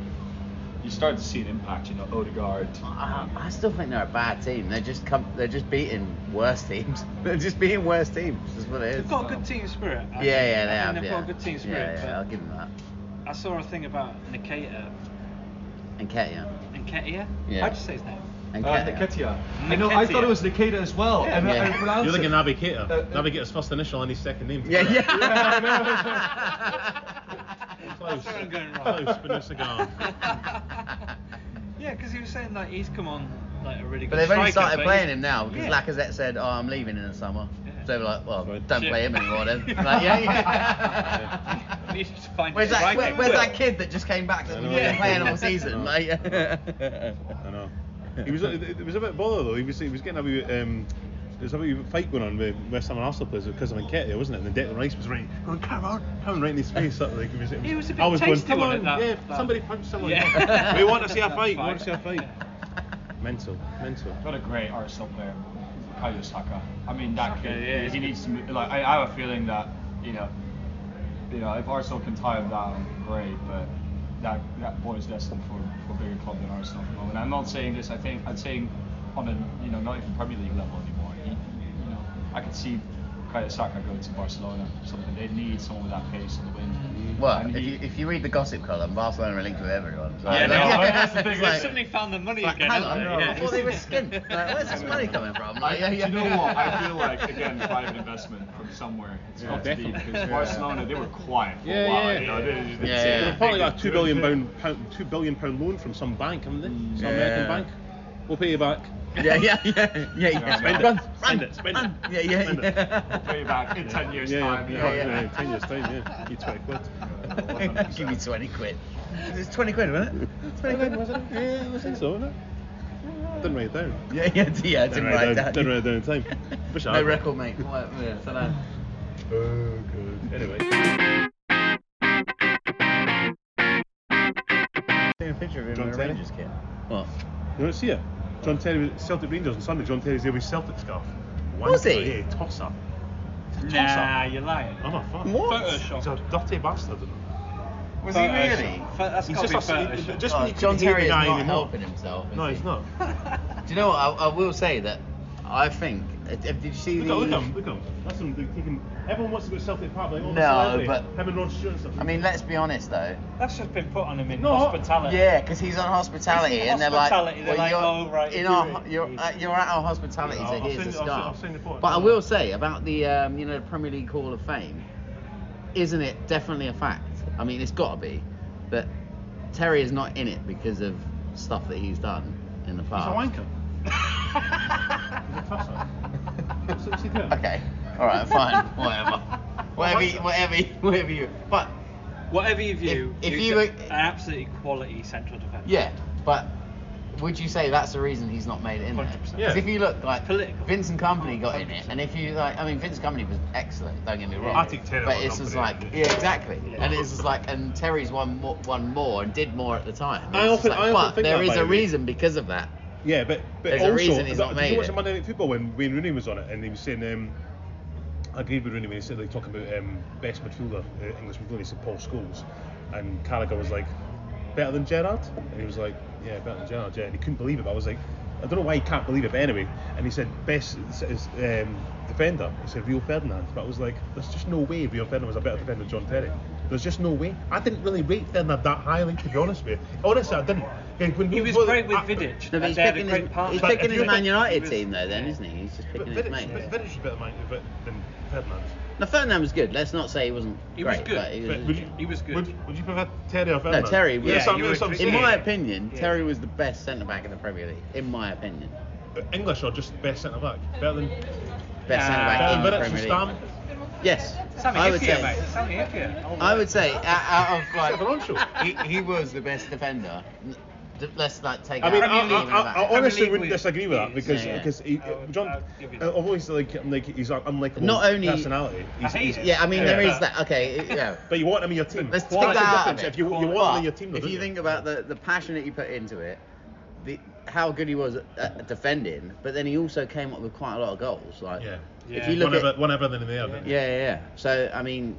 [SPEAKER 5] You start to see an impact. You know, Odegaard. Uh,
[SPEAKER 3] I, I still think they're a bad team. They're just com- they're just beating worse teams. they're just beating worse teams. That's what it is.
[SPEAKER 2] They've got a good team spirit. I
[SPEAKER 3] yeah,
[SPEAKER 2] think.
[SPEAKER 3] yeah,
[SPEAKER 2] I
[SPEAKER 3] they
[SPEAKER 2] think
[SPEAKER 3] have.
[SPEAKER 2] They've
[SPEAKER 3] yeah.
[SPEAKER 2] got a good team spirit.
[SPEAKER 3] Yeah,
[SPEAKER 2] but
[SPEAKER 3] yeah, I'll give them that.
[SPEAKER 2] I saw a thing about Nikita
[SPEAKER 3] And Ketia.
[SPEAKER 2] and Ketia.
[SPEAKER 3] Yeah.
[SPEAKER 2] How'd you say his name?
[SPEAKER 3] And
[SPEAKER 5] Uh, Nketiah. I know. I thought it was Nikita as well.
[SPEAKER 2] Yeah.
[SPEAKER 5] and I- I
[SPEAKER 3] Yeah.
[SPEAKER 5] pronounced
[SPEAKER 1] You're
[SPEAKER 5] it-
[SPEAKER 1] thinking Navigator.
[SPEAKER 5] Uh, uh,
[SPEAKER 1] Navigator's first initial and his second name.
[SPEAKER 3] Yeah, yeah.
[SPEAKER 1] Close.
[SPEAKER 2] That's where I'm going wrong.
[SPEAKER 1] Close, but no cigar.
[SPEAKER 2] Yeah, because he was saying like he's come on like a really good.
[SPEAKER 3] But they've only
[SPEAKER 2] striker,
[SPEAKER 3] started
[SPEAKER 2] but
[SPEAKER 3] playing
[SPEAKER 2] he's-
[SPEAKER 3] him now because
[SPEAKER 2] yeah.
[SPEAKER 3] Lacazette said, "Oh, I'm leaving in the summer."
[SPEAKER 2] Yeah.
[SPEAKER 3] So we're like, "Well,
[SPEAKER 1] Right.
[SPEAKER 3] don't
[SPEAKER 2] Shit.
[SPEAKER 3] play him anymore then." Like, yeah, yeah.
[SPEAKER 2] We need to find
[SPEAKER 3] Where's
[SPEAKER 2] his
[SPEAKER 3] that?
[SPEAKER 2] striker.
[SPEAKER 3] Where, where's that kid that just came back that we've
[SPEAKER 1] Yeah.
[SPEAKER 3] been playing all season?
[SPEAKER 1] Yeah.
[SPEAKER 3] Like,
[SPEAKER 1] I know. He was it was a bit bothered though. He was he was getting a wee um there was a wee fight going on with West Ham and Arsenal players because of Nketiah, wasn't it? And then Declan Rice was right, going, come on, come right in his face. Sort of like, it was, it was,
[SPEAKER 2] He was a bit
[SPEAKER 1] I was going,
[SPEAKER 2] tasty,
[SPEAKER 1] come on,
[SPEAKER 2] wasn't it, that-
[SPEAKER 1] yeah,
[SPEAKER 2] that-
[SPEAKER 1] somebody punch someone.
[SPEAKER 2] Yeah.
[SPEAKER 1] we want to see a fight, we
[SPEAKER 2] Fight.
[SPEAKER 1] want to see a fight. Mental, mental.
[SPEAKER 5] What a great Arsenal player, Kayo Saka. I mean, that
[SPEAKER 2] Saka,
[SPEAKER 5] kid,
[SPEAKER 2] yeah.
[SPEAKER 5] he needs to. move- Like, I, I have a feeling that you know, you know, if Arsenal can tie him down, great. But that that boy is destined for for a bigger club than Arsenal at the moment. I'm not saying this. I think I'm saying on a you know not even Premier League level anymore. He, you know, I could see Kayo Saka going to Barcelona. or Something they need someone with that pace and the wind.
[SPEAKER 3] well,
[SPEAKER 5] And
[SPEAKER 3] if
[SPEAKER 5] he-
[SPEAKER 3] you, if you read the gossip column, Barcelona are linked with everyone. So
[SPEAKER 2] Yeah,
[SPEAKER 5] no,
[SPEAKER 2] no,
[SPEAKER 5] but that's the thing,
[SPEAKER 2] They
[SPEAKER 3] It's
[SPEAKER 5] like-
[SPEAKER 2] suddenly found the money
[SPEAKER 3] like,
[SPEAKER 2] again.
[SPEAKER 3] hang
[SPEAKER 2] haven't
[SPEAKER 3] on,
[SPEAKER 2] they?
[SPEAKER 3] I
[SPEAKER 2] Yeah.
[SPEAKER 3] thought they were skint. Like, where's this money coming from? Like, yeah,
[SPEAKER 5] I,
[SPEAKER 3] yeah.
[SPEAKER 5] Do you know what? I feel like again, private investment from somewhere. It's
[SPEAKER 1] Yeah,
[SPEAKER 5] got to be
[SPEAKER 1] definitely.
[SPEAKER 5] because
[SPEAKER 1] Yeah.
[SPEAKER 5] Barcelona they were quiet for
[SPEAKER 1] Yeah,
[SPEAKER 5] a while.
[SPEAKER 1] yeah.
[SPEAKER 5] You know, they just
[SPEAKER 3] Yeah,
[SPEAKER 5] didn't say
[SPEAKER 3] yeah.
[SPEAKER 1] They
[SPEAKER 5] anything.
[SPEAKER 1] probably got uh, a two billion pound, pound two billion pound loan from some bank, haven't they? Some
[SPEAKER 3] Yeah.
[SPEAKER 1] American bank. We'll pay you back.
[SPEAKER 3] Yeah, yeah, yeah, yeah, yeah.
[SPEAKER 5] Spend it,
[SPEAKER 3] Run,
[SPEAKER 1] spend
[SPEAKER 3] run,
[SPEAKER 1] it, spend
[SPEAKER 3] run.
[SPEAKER 1] it,
[SPEAKER 3] Yeah, yeah,
[SPEAKER 1] spend it.
[SPEAKER 3] yeah.
[SPEAKER 5] Way back in ten years'
[SPEAKER 1] yeah,
[SPEAKER 5] time.
[SPEAKER 1] Yeah,
[SPEAKER 5] you
[SPEAKER 1] yeah,
[SPEAKER 5] know.
[SPEAKER 3] yeah.
[SPEAKER 1] Ten years time, yeah. You twenty quid.
[SPEAKER 3] Give me 20 quid. It's 20 quid, wasn't it? It's 20 quid,
[SPEAKER 1] Was it? Yeah, I think so, wasn't it? Didn't write it down.
[SPEAKER 3] Yeah, yeah, yeah, I didn't write
[SPEAKER 1] down.
[SPEAKER 3] that.
[SPEAKER 1] Didn't write it down in time. Wish I
[SPEAKER 3] No
[SPEAKER 1] had.
[SPEAKER 3] record, mate. Come on, yeah, so no.
[SPEAKER 1] Oh, good. Anyway.
[SPEAKER 3] Doing a picture of him
[SPEAKER 1] John
[SPEAKER 3] in a
[SPEAKER 1] Terry?
[SPEAKER 3] Rangers kit. What?
[SPEAKER 1] You don't see it. John Terry was Celtic Rangers on Sunday. John Terry's there with his Celtic scarf.
[SPEAKER 3] Was he?
[SPEAKER 1] Yeah, tosser.
[SPEAKER 2] Nah, you're lying.
[SPEAKER 1] I'm eh, a fan.
[SPEAKER 3] What?
[SPEAKER 1] He's a dirty bastard.
[SPEAKER 3] Was he
[SPEAKER 2] Photoshop.
[SPEAKER 3] really?
[SPEAKER 2] Pho- That's
[SPEAKER 1] He's
[SPEAKER 2] got to be
[SPEAKER 1] just a, he-
[SPEAKER 2] Photoshop.
[SPEAKER 1] just
[SPEAKER 3] Oh,
[SPEAKER 1] when you
[SPEAKER 3] John
[SPEAKER 1] couldn't hate
[SPEAKER 3] Terry
[SPEAKER 1] the
[SPEAKER 3] is
[SPEAKER 1] guy
[SPEAKER 3] not
[SPEAKER 1] anymore.
[SPEAKER 3] helping himself, is
[SPEAKER 1] No,
[SPEAKER 3] he?
[SPEAKER 1] he's not.
[SPEAKER 3] Do you know what? I, I will say that I think. uh, Did you see
[SPEAKER 1] Look
[SPEAKER 3] the.
[SPEAKER 1] at look at him, look at him. That's him. They're taking, everyone wants to go to Celtic Park, like all
[SPEAKER 3] No,
[SPEAKER 1] the celebrity.
[SPEAKER 3] but-
[SPEAKER 1] him and Rod Stewart and stuff.
[SPEAKER 3] I mean, let's be honest though.
[SPEAKER 2] That's just been put on him in
[SPEAKER 1] No.
[SPEAKER 2] hospitality.
[SPEAKER 3] Yeah, because he's on hospitality,
[SPEAKER 2] He's in
[SPEAKER 3] and they're like,
[SPEAKER 2] hospitality, they're like,
[SPEAKER 3] you're,
[SPEAKER 2] "Oh, right,
[SPEAKER 3] in
[SPEAKER 2] you
[SPEAKER 3] our,
[SPEAKER 2] do
[SPEAKER 3] ho-
[SPEAKER 2] it."
[SPEAKER 3] you're, uh, you're at our hospitality,
[SPEAKER 1] Yeah,
[SPEAKER 3] so
[SPEAKER 1] I've
[SPEAKER 3] here's
[SPEAKER 1] seen-
[SPEAKER 3] a
[SPEAKER 1] I've seen-
[SPEAKER 3] scarf.
[SPEAKER 1] I've seen the photo.
[SPEAKER 3] but I will say about the, um, you know, the Premier League Hall of Fame, isn't it definitely a fact? I mean, it's got to be that Terry is not in it because of stuff that he's done in the
[SPEAKER 1] He's a
[SPEAKER 3] past.
[SPEAKER 1] wanker. He's a Picasso. What's- what's he doing?
[SPEAKER 3] Okay. All right. Fine. Whatever. Whatever. You, whatever. You, whatever you. But
[SPEAKER 2] Whatever you view,
[SPEAKER 3] if
[SPEAKER 2] you
[SPEAKER 3] you
[SPEAKER 2] do-
[SPEAKER 3] were-
[SPEAKER 2] an absolutely quality central defender.
[SPEAKER 3] yeah. But would you say that's the reason he's not made it in there?
[SPEAKER 2] 100%.
[SPEAKER 1] Yeah.
[SPEAKER 3] Because if you look like
[SPEAKER 2] Political.
[SPEAKER 3] Vincent Company got in it,
[SPEAKER 2] 100%.
[SPEAKER 3] and if you like, I mean Vincent Company was excellent. Don't get me wrong.
[SPEAKER 1] I think Terry
[SPEAKER 3] But
[SPEAKER 1] was
[SPEAKER 3] it's just like
[SPEAKER 1] company.
[SPEAKER 3] yeah, exactly.
[SPEAKER 2] Yeah.
[SPEAKER 3] And it's just like and Terry's won more, won more and did more at the time.
[SPEAKER 1] I
[SPEAKER 3] It's
[SPEAKER 1] often-
[SPEAKER 3] just like,
[SPEAKER 1] I often
[SPEAKER 3] but
[SPEAKER 1] think
[SPEAKER 3] there
[SPEAKER 1] that
[SPEAKER 3] is a
[SPEAKER 1] maybe.
[SPEAKER 3] reason because of that.
[SPEAKER 1] Yeah, but but
[SPEAKER 3] There's a
[SPEAKER 1] also,
[SPEAKER 3] reason he's
[SPEAKER 1] did
[SPEAKER 3] not
[SPEAKER 1] you
[SPEAKER 3] made
[SPEAKER 1] watch
[SPEAKER 3] it.
[SPEAKER 1] Monday Night Football when Wayne Rooney was on it and he was saying, um, I agreed with Rooney when he said they talking about um, best midfielder, uh, English midfielder, he said Paul Scholes, and Carragher was like, better than Gerrard, and he was like, yeah, better than Gerrard, yeah, and he couldn't believe it. But I was like, I don't know why he can't believe it, but anyway, and he said best is, is, um, defender, he said Rio Ferdinand, but I was like, there's just no way Rio Ferdinand was a better defender than John Terry. There's just no way. I didn't really rate Ferdinand that highly, to be honest with you. Honestly, I didn't. When
[SPEAKER 2] He was
[SPEAKER 1] well,
[SPEAKER 2] great with
[SPEAKER 1] I-
[SPEAKER 2] Vidic.
[SPEAKER 3] No, but
[SPEAKER 2] and
[SPEAKER 3] he's
[SPEAKER 2] they had a
[SPEAKER 3] picking
[SPEAKER 2] great
[SPEAKER 3] his, he's
[SPEAKER 2] partnership.
[SPEAKER 1] But
[SPEAKER 3] picking
[SPEAKER 1] if
[SPEAKER 3] his
[SPEAKER 1] you-
[SPEAKER 3] Man United
[SPEAKER 2] he was-
[SPEAKER 3] team though, then
[SPEAKER 2] yeah.
[SPEAKER 3] isn't he? He's just
[SPEAKER 1] But
[SPEAKER 3] picking his
[SPEAKER 1] Vidic,
[SPEAKER 3] mate.
[SPEAKER 1] but Vidic is better than, than, than Ferdinand.
[SPEAKER 3] Now Ferdinand was good. Let's not say he wasn't
[SPEAKER 2] He was
[SPEAKER 3] great,
[SPEAKER 2] good,
[SPEAKER 3] but he was.
[SPEAKER 1] But would you,
[SPEAKER 2] He was good.
[SPEAKER 1] Would, would you prefer Terry or Ferdinand?
[SPEAKER 3] Terry was-
[SPEAKER 1] Yeah,
[SPEAKER 3] Yeah,
[SPEAKER 1] some-
[SPEAKER 2] you would-
[SPEAKER 1] some-
[SPEAKER 3] in
[SPEAKER 2] Yeah.
[SPEAKER 3] my opinion,
[SPEAKER 2] Yeah.
[SPEAKER 3] Terry was the best centre back in the Premier League. In my opinion,
[SPEAKER 1] English or just best centre back? Better than
[SPEAKER 3] best
[SPEAKER 2] Ah.
[SPEAKER 3] centre
[SPEAKER 1] better
[SPEAKER 3] back
[SPEAKER 1] than
[SPEAKER 3] in the
[SPEAKER 1] Vidic
[SPEAKER 3] Premier
[SPEAKER 1] and
[SPEAKER 3] League.
[SPEAKER 1] Stam.
[SPEAKER 3] Yes,
[SPEAKER 2] Sammy
[SPEAKER 3] I would
[SPEAKER 2] Hippier,
[SPEAKER 3] say.
[SPEAKER 2] mate. Sammy Hippier.
[SPEAKER 3] I would say out, out of like
[SPEAKER 1] Seven on shot.
[SPEAKER 3] he, he was the best defender. N- d- Let's like take.
[SPEAKER 1] I mean, I,
[SPEAKER 3] out
[SPEAKER 1] I,
[SPEAKER 3] even
[SPEAKER 1] I,
[SPEAKER 3] that.
[SPEAKER 1] I honestly
[SPEAKER 2] Premier League
[SPEAKER 1] wouldn't
[SPEAKER 2] was-
[SPEAKER 1] disagree with that because
[SPEAKER 3] Yeah, yeah.
[SPEAKER 1] because he,
[SPEAKER 2] I would- I
[SPEAKER 1] John,
[SPEAKER 2] would give you that.
[SPEAKER 1] always like I'm like he's unlikable.
[SPEAKER 3] Not only-
[SPEAKER 1] personality. He's,
[SPEAKER 2] hate
[SPEAKER 1] he's,
[SPEAKER 2] it.
[SPEAKER 3] yeah, I mean
[SPEAKER 1] Yeah.
[SPEAKER 3] there is that. Okay, it- yeah.
[SPEAKER 1] But you want him in your team.
[SPEAKER 3] Let's
[SPEAKER 1] Well,
[SPEAKER 3] take
[SPEAKER 1] that's the
[SPEAKER 3] that out of
[SPEAKER 1] difference.
[SPEAKER 3] it.
[SPEAKER 1] If you, you want
[SPEAKER 3] But
[SPEAKER 1] him in your team, though,
[SPEAKER 3] if
[SPEAKER 1] don't
[SPEAKER 3] you think about the, the passion that you put into it, the, how good he was at, at defending, but then he also came up with quite a lot of goals. Like,
[SPEAKER 1] yeah,
[SPEAKER 3] if you
[SPEAKER 2] Yeah.
[SPEAKER 3] look
[SPEAKER 1] one,
[SPEAKER 3] at,
[SPEAKER 1] ever, one ever than in the other.
[SPEAKER 3] yeah, yeah, yeah. So I mean,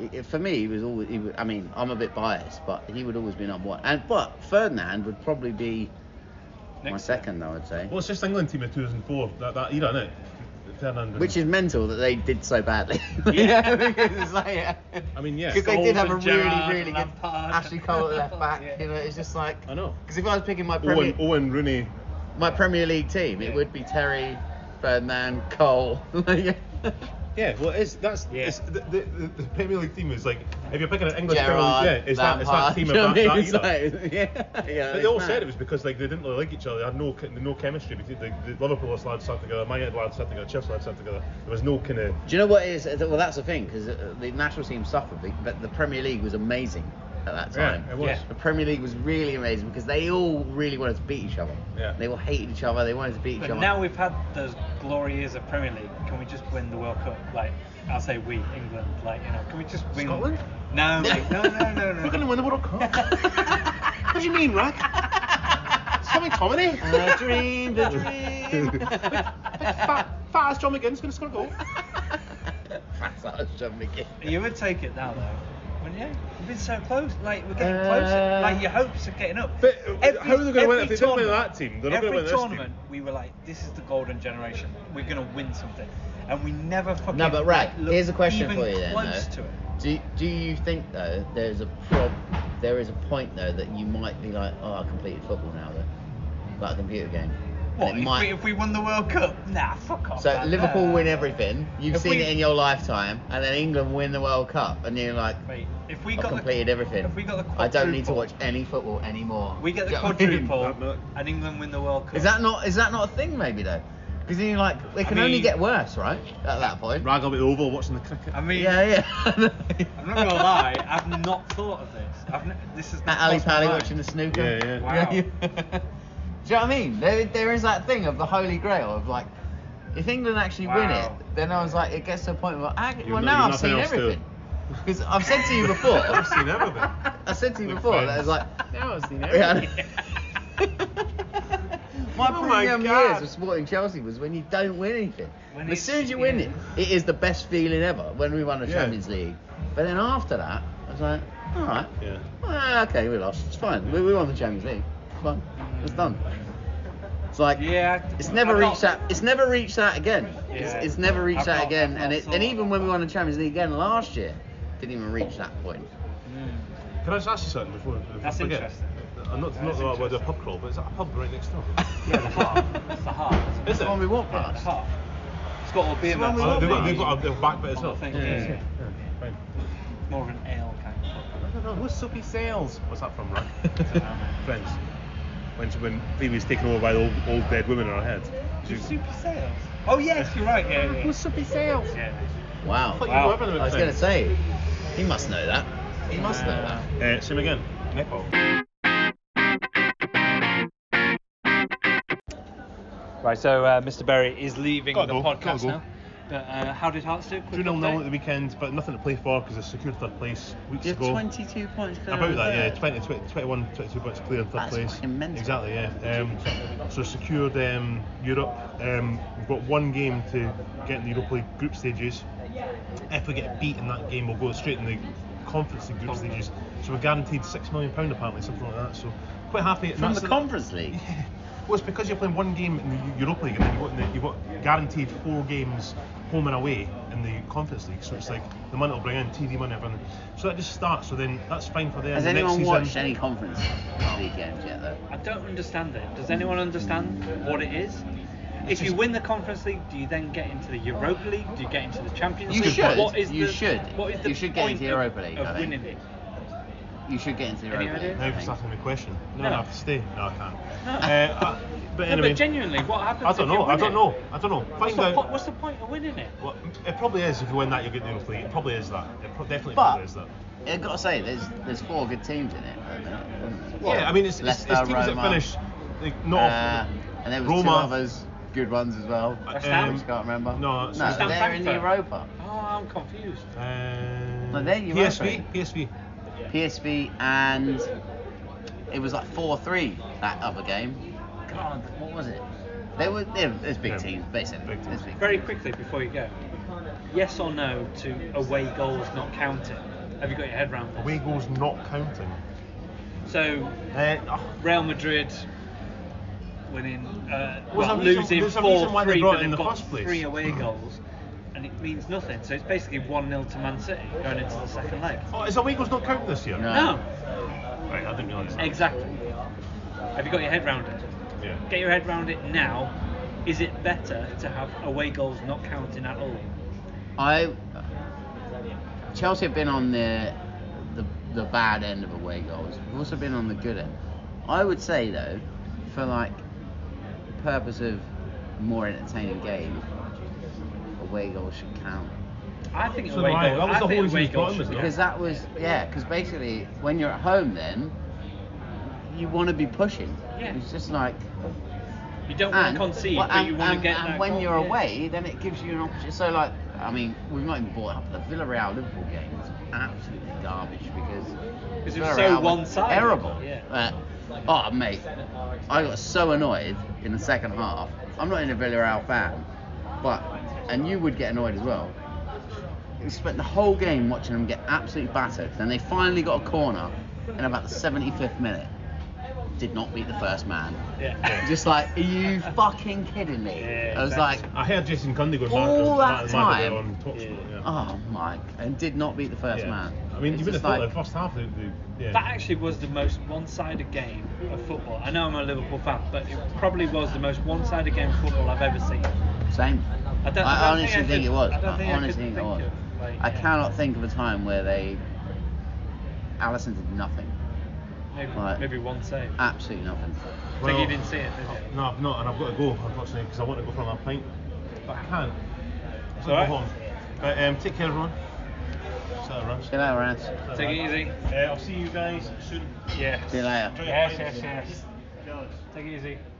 [SPEAKER 3] i- i for me, he was always. He, wa- I mean, I'm a bit biased, but he would always be number one. And but Ferdinand would probably be my second, I would say.
[SPEAKER 1] Well, it's just England team in 2004 that that era, innit? Fernand and-
[SPEAKER 3] Which is mental that they did so badly.
[SPEAKER 2] Yeah.
[SPEAKER 3] because it's like, yeah.
[SPEAKER 1] I mean, yeah.
[SPEAKER 3] Because they did have a
[SPEAKER 2] Scholes and
[SPEAKER 3] really,
[SPEAKER 2] Gerrard
[SPEAKER 3] really
[SPEAKER 2] and
[SPEAKER 3] good
[SPEAKER 2] Lampard.
[SPEAKER 3] Ashley Cole at left back.
[SPEAKER 2] Yeah.
[SPEAKER 3] You know, it's just like
[SPEAKER 1] I know.
[SPEAKER 3] because if I was picking my Premier,
[SPEAKER 1] Owen, Owen Rooney.
[SPEAKER 3] my Premier League team, it
[SPEAKER 2] Yeah.
[SPEAKER 3] would be Terry, Ferdinand, Cole.
[SPEAKER 1] Yeah, well, it's that's
[SPEAKER 2] Yeah.
[SPEAKER 1] it's, the, the, the the Premier League team is like if you're picking an English
[SPEAKER 3] Gerrard,
[SPEAKER 1] Premier League, yeah, it's that it's that
[SPEAKER 3] Lampard,
[SPEAKER 1] team
[SPEAKER 3] you
[SPEAKER 1] of
[SPEAKER 3] know
[SPEAKER 1] that,
[SPEAKER 3] what I
[SPEAKER 1] that
[SPEAKER 3] mean?
[SPEAKER 1] era.
[SPEAKER 3] It's like- yeah, yeah.
[SPEAKER 1] But they
[SPEAKER 3] it's
[SPEAKER 1] all
[SPEAKER 3] mad.
[SPEAKER 1] said it was because like they didn't really like each other. They had no kin- no chemistry between the, the Liverpool lads sat together, Man United lads sat together, Chiefs lads sat together. There was no kind of
[SPEAKER 3] Do you know what it is? Well, that's the thing because the national team suffered, but- but the Premier League was amazing at that time.
[SPEAKER 1] yeah, it was.
[SPEAKER 2] Yeah.
[SPEAKER 3] The Premier League was really amazing because they all really wanted to beat each other.
[SPEAKER 1] Yeah.
[SPEAKER 3] They all hated each other. They wanted to beat each
[SPEAKER 2] But
[SPEAKER 3] other.
[SPEAKER 2] now we've had those glory years of Premier League. Can we just win the World Cup? Like, I'll say we, England. Like, you know, can we just win?
[SPEAKER 1] Scotland?
[SPEAKER 2] No, mate, no, no, no, no.
[SPEAKER 1] We're gonna win the World Cup. what do you mean, Rag? It's coming comedy.
[SPEAKER 3] I dreamed a dream.
[SPEAKER 1] fat, fat ass John McGinn's gonna score a goal.
[SPEAKER 3] That's how it's done, Mickey.
[SPEAKER 2] You would take it now, though. Wouldn't you? We've been so close. Like, we're getting
[SPEAKER 3] Uh,
[SPEAKER 2] closer. Like, your hopes are getting up.
[SPEAKER 1] But, uh, how are they gonna win it if they
[SPEAKER 2] every
[SPEAKER 1] don't win
[SPEAKER 2] tournament-
[SPEAKER 1] that team? They're not gonna
[SPEAKER 2] every
[SPEAKER 1] win this team.
[SPEAKER 2] tournament, we were like, this is the golden generation. We're going to win something. And we never fucking.
[SPEAKER 3] No, but right.
[SPEAKER 2] like, looked
[SPEAKER 3] Here's a question
[SPEAKER 2] even
[SPEAKER 3] for you then.
[SPEAKER 2] Close
[SPEAKER 3] though.
[SPEAKER 2] to it.
[SPEAKER 3] Do Do you think though there's a prob there is a point though that you might be like, oh, I completed football now though, like a computer game. And
[SPEAKER 2] What,
[SPEAKER 3] it
[SPEAKER 2] if,
[SPEAKER 3] might-
[SPEAKER 2] we, if we won the World Cup? Nah, fuck off.
[SPEAKER 3] So
[SPEAKER 2] man.
[SPEAKER 3] Liverpool
[SPEAKER 2] No.
[SPEAKER 3] win everything. You've
[SPEAKER 2] If
[SPEAKER 3] seen
[SPEAKER 2] we-
[SPEAKER 3] it in your lifetime, and then England win the World Cup, and you're like,
[SPEAKER 2] Mate, if we
[SPEAKER 3] I've
[SPEAKER 2] got the-
[SPEAKER 3] completed everything.
[SPEAKER 2] If we got the
[SPEAKER 3] I don't need to
[SPEAKER 2] quadruple-
[SPEAKER 3] watch any football anymore.
[SPEAKER 2] We get the
[SPEAKER 3] Do you know what I mean?
[SPEAKER 2] quadruple,
[SPEAKER 1] That much.
[SPEAKER 2] and England win the World Cup.
[SPEAKER 3] Is that not is that not a thing maybe though? Because then you're like, they
[SPEAKER 2] I
[SPEAKER 3] can only
[SPEAKER 2] mean-
[SPEAKER 3] get worse, right? At that point.
[SPEAKER 1] Rag will be over watching the cricket.
[SPEAKER 2] I mean,
[SPEAKER 3] Yeah, yeah.
[SPEAKER 2] I'm not gonna lie. I've not thought of this. I've n- this is
[SPEAKER 3] At Ali Pally watching the snooker.
[SPEAKER 1] Yeah, yeah.
[SPEAKER 2] Wow.
[SPEAKER 3] Do you know what I mean? There, there is that thing of the holy grail of like, if England actually win it,
[SPEAKER 2] Wow.
[SPEAKER 3] then I was like, it gets to a point where, I,
[SPEAKER 1] You've
[SPEAKER 3] well,
[SPEAKER 1] no-
[SPEAKER 3] now
[SPEAKER 1] you've
[SPEAKER 3] I've seen
[SPEAKER 1] nothing else to-
[SPEAKER 3] everything. Because I've said to you before,
[SPEAKER 1] I've seen everything.
[SPEAKER 3] I said to you
[SPEAKER 1] With
[SPEAKER 3] before that I
[SPEAKER 1] friends.
[SPEAKER 3] was like, now I've seen My
[SPEAKER 1] Oh my
[SPEAKER 3] premium
[SPEAKER 1] God.
[SPEAKER 3] years of supporting Chelsea was when you don't win anything.
[SPEAKER 2] When
[SPEAKER 3] And as
[SPEAKER 2] it's-
[SPEAKER 3] soon as you win
[SPEAKER 2] yeah.
[SPEAKER 3] it, it is the best feeling ever. When we won the
[SPEAKER 1] Yeah.
[SPEAKER 3] Champions League, but then after that, I was like, all right,
[SPEAKER 1] Yeah.
[SPEAKER 3] well, okay, we lost. It's fine. We, we won the Champions League. It's fine. It's done. It's like
[SPEAKER 2] Yeah, I-
[SPEAKER 3] it's never
[SPEAKER 2] I've
[SPEAKER 3] reached
[SPEAKER 2] not-
[SPEAKER 3] that. It's never reached that again.
[SPEAKER 2] Yeah.
[SPEAKER 3] It's, it's never reached
[SPEAKER 2] I've
[SPEAKER 3] that
[SPEAKER 2] not-
[SPEAKER 3] again.
[SPEAKER 2] I've
[SPEAKER 3] And
[SPEAKER 2] not
[SPEAKER 3] it,
[SPEAKER 2] thought
[SPEAKER 3] and even
[SPEAKER 2] about
[SPEAKER 3] when we
[SPEAKER 2] that.
[SPEAKER 3] won the Champions League again last year, didn't even reach that point.
[SPEAKER 1] Can I just ask you something before? before I
[SPEAKER 2] That's
[SPEAKER 1] forget?
[SPEAKER 2] interesting.
[SPEAKER 1] I'm not,
[SPEAKER 2] That's
[SPEAKER 1] not about the
[SPEAKER 2] interesting.
[SPEAKER 1] pub crawl, but it's a pub right next door.
[SPEAKER 2] Yeah, the half. It's the half.
[SPEAKER 1] Is
[SPEAKER 3] The
[SPEAKER 1] it?
[SPEAKER 3] one we walked
[SPEAKER 2] Yeah, the
[SPEAKER 3] past.
[SPEAKER 2] half. It's got all beer.
[SPEAKER 3] It's the
[SPEAKER 2] mats
[SPEAKER 3] one we
[SPEAKER 2] on
[SPEAKER 1] Oh,
[SPEAKER 2] it.
[SPEAKER 1] they've got, they've got a, they've back bit as
[SPEAKER 2] On the
[SPEAKER 1] well.
[SPEAKER 2] thing,
[SPEAKER 3] Yeah,
[SPEAKER 2] Oh, yeah,
[SPEAKER 3] yeah,
[SPEAKER 2] yeah.
[SPEAKER 1] Fine.
[SPEAKER 2] It's More of an ale kind of
[SPEAKER 1] I
[SPEAKER 2] club.
[SPEAKER 1] don't know, who's Soapy Sales? What's that from, right? Friends. When, she, when Phoebe's taken over by the old, old dead woman in her head. She,
[SPEAKER 2] Super sales. Oh yes, you're right. Yeah, yeah.
[SPEAKER 6] What's up his sales?
[SPEAKER 2] yeah.
[SPEAKER 3] Wow.
[SPEAKER 5] Fuck, you
[SPEAKER 2] Wow.
[SPEAKER 5] were having a
[SPEAKER 3] I was
[SPEAKER 5] thing.
[SPEAKER 3] going to say, he must know that. He must know
[SPEAKER 2] Uh,
[SPEAKER 3] that.
[SPEAKER 1] Uh, same again. Nepo.
[SPEAKER 2] Right, so uh, Mr. Berry is leaving
[SPEAKER 1] Gotta
[SPEAKER 2] the
[SPEAKER 1] go,
[SPEAKER 2] podcast
[SPEAKER 1] gotta go.
[SPEAKER 2] now. But uh, how did Hearts do? Quick
[SPEAKER 1] Drew 0
[SPEAKER 2] update?
[SPEAKER 1] 0 at the weekend, but nothing to play for because they secured third place weeks
[SPEAKER 6] You have
[SPEAKER 1] ago.
[SPEAKER 6] 22 points. clear
[SPEAKER 1] About
[SPEAKER 6] of
[SPEAKER 1] that, yeah,
[SPEAKER 6] third.
[SPEAKER 1] 20, 20, 21, 22 points clear in third
[SPEAKER 6] That's
[SPEAKER 1] place.
[SPEAKER 6] fucking mental.
[SPEAKER 1] Exactly, yeah. Um, so secured um, Europe. Um, we've got one game to get in the Europa League group stages. If we get beat in that game, we'll go straight in the conference league group stages. So we're guaranteed six million pound apparently, something like that. So quite happy. and
[SPEAKER 3] From
[SPEAKER 1] that's
[SPEAKER 3] the Conference League.
[SPEAKER 1] Well, it's because you're playing one game in the Eu- Europa League and then you've got, the, you've got guaranteed four games home and away in the Conference League. So it's like the money it'll bring in, TV money, everything. So that just starts. So then that's fine for them.
[SPEAKER 3] Has
[SPEAKER 1] The next
[SPEAKER 3] anyone
[SPEAKER 1] season-
[SPEAKER 3] watched any Conference League games yet, though?
[SPEAKER 2] I don't understand it. Does anyone understand what it is? If
[SPEAKER 1] It's
[SPEAKER 2] you
[SPEAKER 1] just-
[SPEAKER 2] win the Conference League, do you then get into the Europa League? Do you get into the Champions
[SPEAKER 3] You
[SPEAKER 2] League?
[SPEAKER 3] should.
[SPEAKER 2] What is
[SPEAKER 3] You
[SPEAKER 2] the,
[SPEAKER 3] should.
[SPEAKER 2] What is the
[SPEAKER 3] You should get
[SPEAKER 2] point
[SPEAKER 3] into Europa
[SPEAKER 2] of,
[SPEAKER 3] League, I
[SPEAKER 2] Of
[SPEAKER 3] think.
[SPEAKER 2] winning it?
[SPEAKER 3] You should get into the
[SPEAKER 2] Any
[SPEAKER 3] Europa
[SPEAKER 2] idea?
[SPEAKER 3] League,
[SPEAKER 1] Now
[SPEAKER 3] I
[SPEAKER 1] you're just
[SPEAKER 3] think.
[SPEAKER 1] asking me a question. No,
[SPEAKER 2] No.
[SPEAKER 1] I have to stay. No, I can't.
[SPEAKER 2] No.
[SPEAKER 1] Uh, I- but
[SPEAKER 2] No,
[SPEAKER 1] anyway,
[SPEAKER 2] but genuinely, what happens?
[SPEAKER 1] I don't
[SPEAKER 2] if you
[SPEAKER 1] know. I
[SPEAKER 2] win
[SPEAKER 1] don't
[SPEAKER 2] it?
[SPEAKER 1] know. I don't know.
[SPEAKER 2] What's
[SPEAKER 1] Find
[SPEAKER 2] the, po-
[SPEAKER 1] out.
[SPEAKER 2] what's the point of winning it?
[SPEAKER 1] Well, it probably is. If you win that, you'll get the Europa League. It probably is that. It pro- definitely
[SPEAKER 3] But
[SPEAKER 1] probably is that.
[SPEAKER 3] I've got to say, there's there's four good teams in it. at the minute, isn't there?
[SPEAKER 1] yeah, I mean, it's, it's, it's
[SPEAKER 3] Leicester,
[SPEAKER 1] teams that
[SPEAKER 3] Roma,
[SPEAKER 1] finish like, not
[SPEAKER 3] uh,
[SPEAKER 1] off.
[SPEAKER 3] and there was
[SPEAKER 1] Roma.
[SPEAKER 3] two others, good ones as well.
[SPEAKER 1] Uh,
[SPEAKER 3] I
[SPEAKER 2] West Ham?
[SPEAKER 3] can't remember.
[SPEAKER 1] no,
[SPEAKER 3] no,
[SPEAKER 1] it's
[SPEAKER 2] West Ham
[SPEAKER 3] they're in the
[SPEAKER 2] Frankfurt.
[SPEAKER 3] Europa.
[SPEAKER 2] Oh, I'm confused.
[SPEAKER 1] Uh,
[SPEAKER 3] But then Europa
[SPEAKER 1] PSV,
[SPEAKER 3] League.
[SPEAKER 1] PSV.
[SPEAKER 3] PSV and it was like four three that other game. God, what was it? They were they were- it's big
[SPEAKER 1] Yeah,
[SPEAKER 3] teams basically.
[SPEAKER 1] big teams.
[SPEAKER 3] It's big
[SPEAKER 2] Very
[SPEAKER 3] teams.
[SPEAKER 2] quickly before you go, yes or no to away goals not counted? Have you got your head round this?
[SPEAKER 1] Away goals not counting.
[SPEAKER 2] So
[SPEAKER 1] Uh, oh,
[SPEAKER 2] Real Madrid winning, uh,
[SPEAKER 1] Was there
[SPEAKER 2] well,
[SPEAKER 1] a reason-
[SPEAKER 2] losing
[SPEAKER 1] there's a
[SPEAKER 2] four
[SPEAKER 1] reason why they
[SPEAKER 2] three,
[SPEAKER 1] brought
[SPEAKER 2] but
[SPEAKER 1] it in
[SPEAKER 2] they've
[SPEAKER 1] the
[SPEAKER 2] got
[SPEAKER 1] first place.
[SPEAKER 2] three away goals, and it means nothing. So it's basically one 0 to Man City going into the second leg.
[SPEAKER 1] oh, is away goals not counting this year?
[SPEAKER 3] No.
[SPEAKER 2] No,
[SPEAKER 1] Right, I didn't realise that.
[SPEAKER 2] exactly. Have you got your head round it?
[SPEAKER 1] Yeah.
[SPEAKER 2] Get your head round it now. Is it better to have away goals not counting at all?
[SPEAKER 3] I Chelsea have been on the, the the bad end of away goals. We've also been on the good end. I would say though, for like purpose of more entertaining game, away goals should count
[SPEAKER 2] I think
[SPEAKER 1] So
[SPEAKER 2] away
[SPEAKER 1] why?
[SPEAKER 2] goals.
[SPEAKER 1] That was
[SPEAKER 2] I
[SPEAKER 1] the
[SPEAKER 2] think
[SPEAKER 1] whole
[SPEAKER 2] away
[SPEAKER 1] reason
[SPEAKER 2] goals
[SPEAKER 1] it's
[SPEAKER 2] should
[SPEAKER 1] not in,
[SPEAKER 2] count.
[SPEAKER 3] because that was yeah. Because basically, when you're at home, then you want to be pushing.
[SPEAKER 2] Yeah.
[SPEAKER 3] It's just like
[SPEAKER 2] You don't want to concede,
[SPEAKER 3] well,
[SPEAKER 2] but you want
[SPEAKER 3] and-
[SPEAKER 2] to get
[SPEAKER 3] and
[SPEAKER 2] that
[SPEAKER 3] when
[SPEAKER 2] goal,
[SPEAKER 3] you're
[SPEAKER 2] yeah.
[SPEAKER 3] away, then it gives you an opportunity. So, like, I mean, we've not even brought up the Villarreal Liverpool game. It's absolutely garbage because
[SPEAKER 2] Because it was
[SPEAKER 3] Villarreal
[SPEAKER 2] so one-sided,
[SPEAKER 3] Terrible.
[SPEAKER 2] yeah.
[SPEAKER 3] Uh, oh, mate, I got so annoyed in the second half. I'm not even a Villarreal fan, but and you would get annoyed as well. We spent the whole game watching them get absolutely battered. Then they finally got a corner in about the 75th minute. Did not beat the first man.
[SPEAKER 2] Yeah.
[SPEAKER 3] Just like, are you fucking kidding me?
[SPEAKER 2] Yeah,
[SPEAKER 3] I was
[SPEAKER 2] that's-
[SPEAKER 3] like,
[SPEAKER 1] I heard Jason Cundy goes
[SPEAKER 3] All
[SPEAKER 1] mad, mad, mad at
[SPEAKER 3] that time?
[SPEAKER 1] it on top
[SPEAKER 2] Yeah.
[SPEAKER 1] sport. Yeah.
[SPEAKER 3] oh my, and did not beat the first
[SPEAKER 1] Yeah.
[SPEAKER 3] man.
[SPEAKER 1] I mean,
[SPEAKER 3] It's
[SPEAKER 1] you would have
[SPEAKER 3] just
[SPEAKER 1] thought
[SPEAKER 3] like-
[SPEAKER 1] the first half. They, they, yeah.
[SPEAKER 2] That actually was the most one-sided game of football. I know I'm a Liverpool fan, but it probably was the most one-sided game of football I've ever seen.
[SPEAKER 3] Same.
[SPEAKER 2] I
[SPEAKER 3] I,
[SPEAKER 2] don't- I don't
[SPEAKER 3] honestly
[SPEAKER 2] think I
[SPEAKER 3] think,
[SPEAKER 2] could-
[SPEAKER 3] it was.
[SPEAKER 2] I don't think I could
[SPEAKER 3] honestly think it
[SPEAKER 2] think
[SPEAKER 3] was.
[SPEAKER 2] of, like,
[SPEAKER 3] I
[SPEAKER 2] yeah.
[SPEAKER 3] cannot think of a time where they. Allison did nothing.
[SPEAKER 2] Maybe,
[SPEAKER 3] Right.
[SPEAKER 2] maybe one save. I
[SPEAKER 3] Absolutely nothing.
[SPEAKER 2] think you didn't see it, did you?
[SPEAKER 1] No, I've not, and I've got to go unfortunately because I want to go for my pint, but I can't.
[SPEAKER 2] It's
[SPEAKER 1] So
[SPEAKER 2] all right.
[SPEAKER 1] go home. But um, take care, everyone. See you around.
[SPEAKER 3] See you later, Rance.
[SPEAKER 2] Take it easy.
[SPEAKER 1] Uh, I'll see you guys soon.
[SPEAKER 2] Yeah.
[SPEAKER 3] See you later.
[SPEAKER 2] Yes, yes, yes. Take it easy.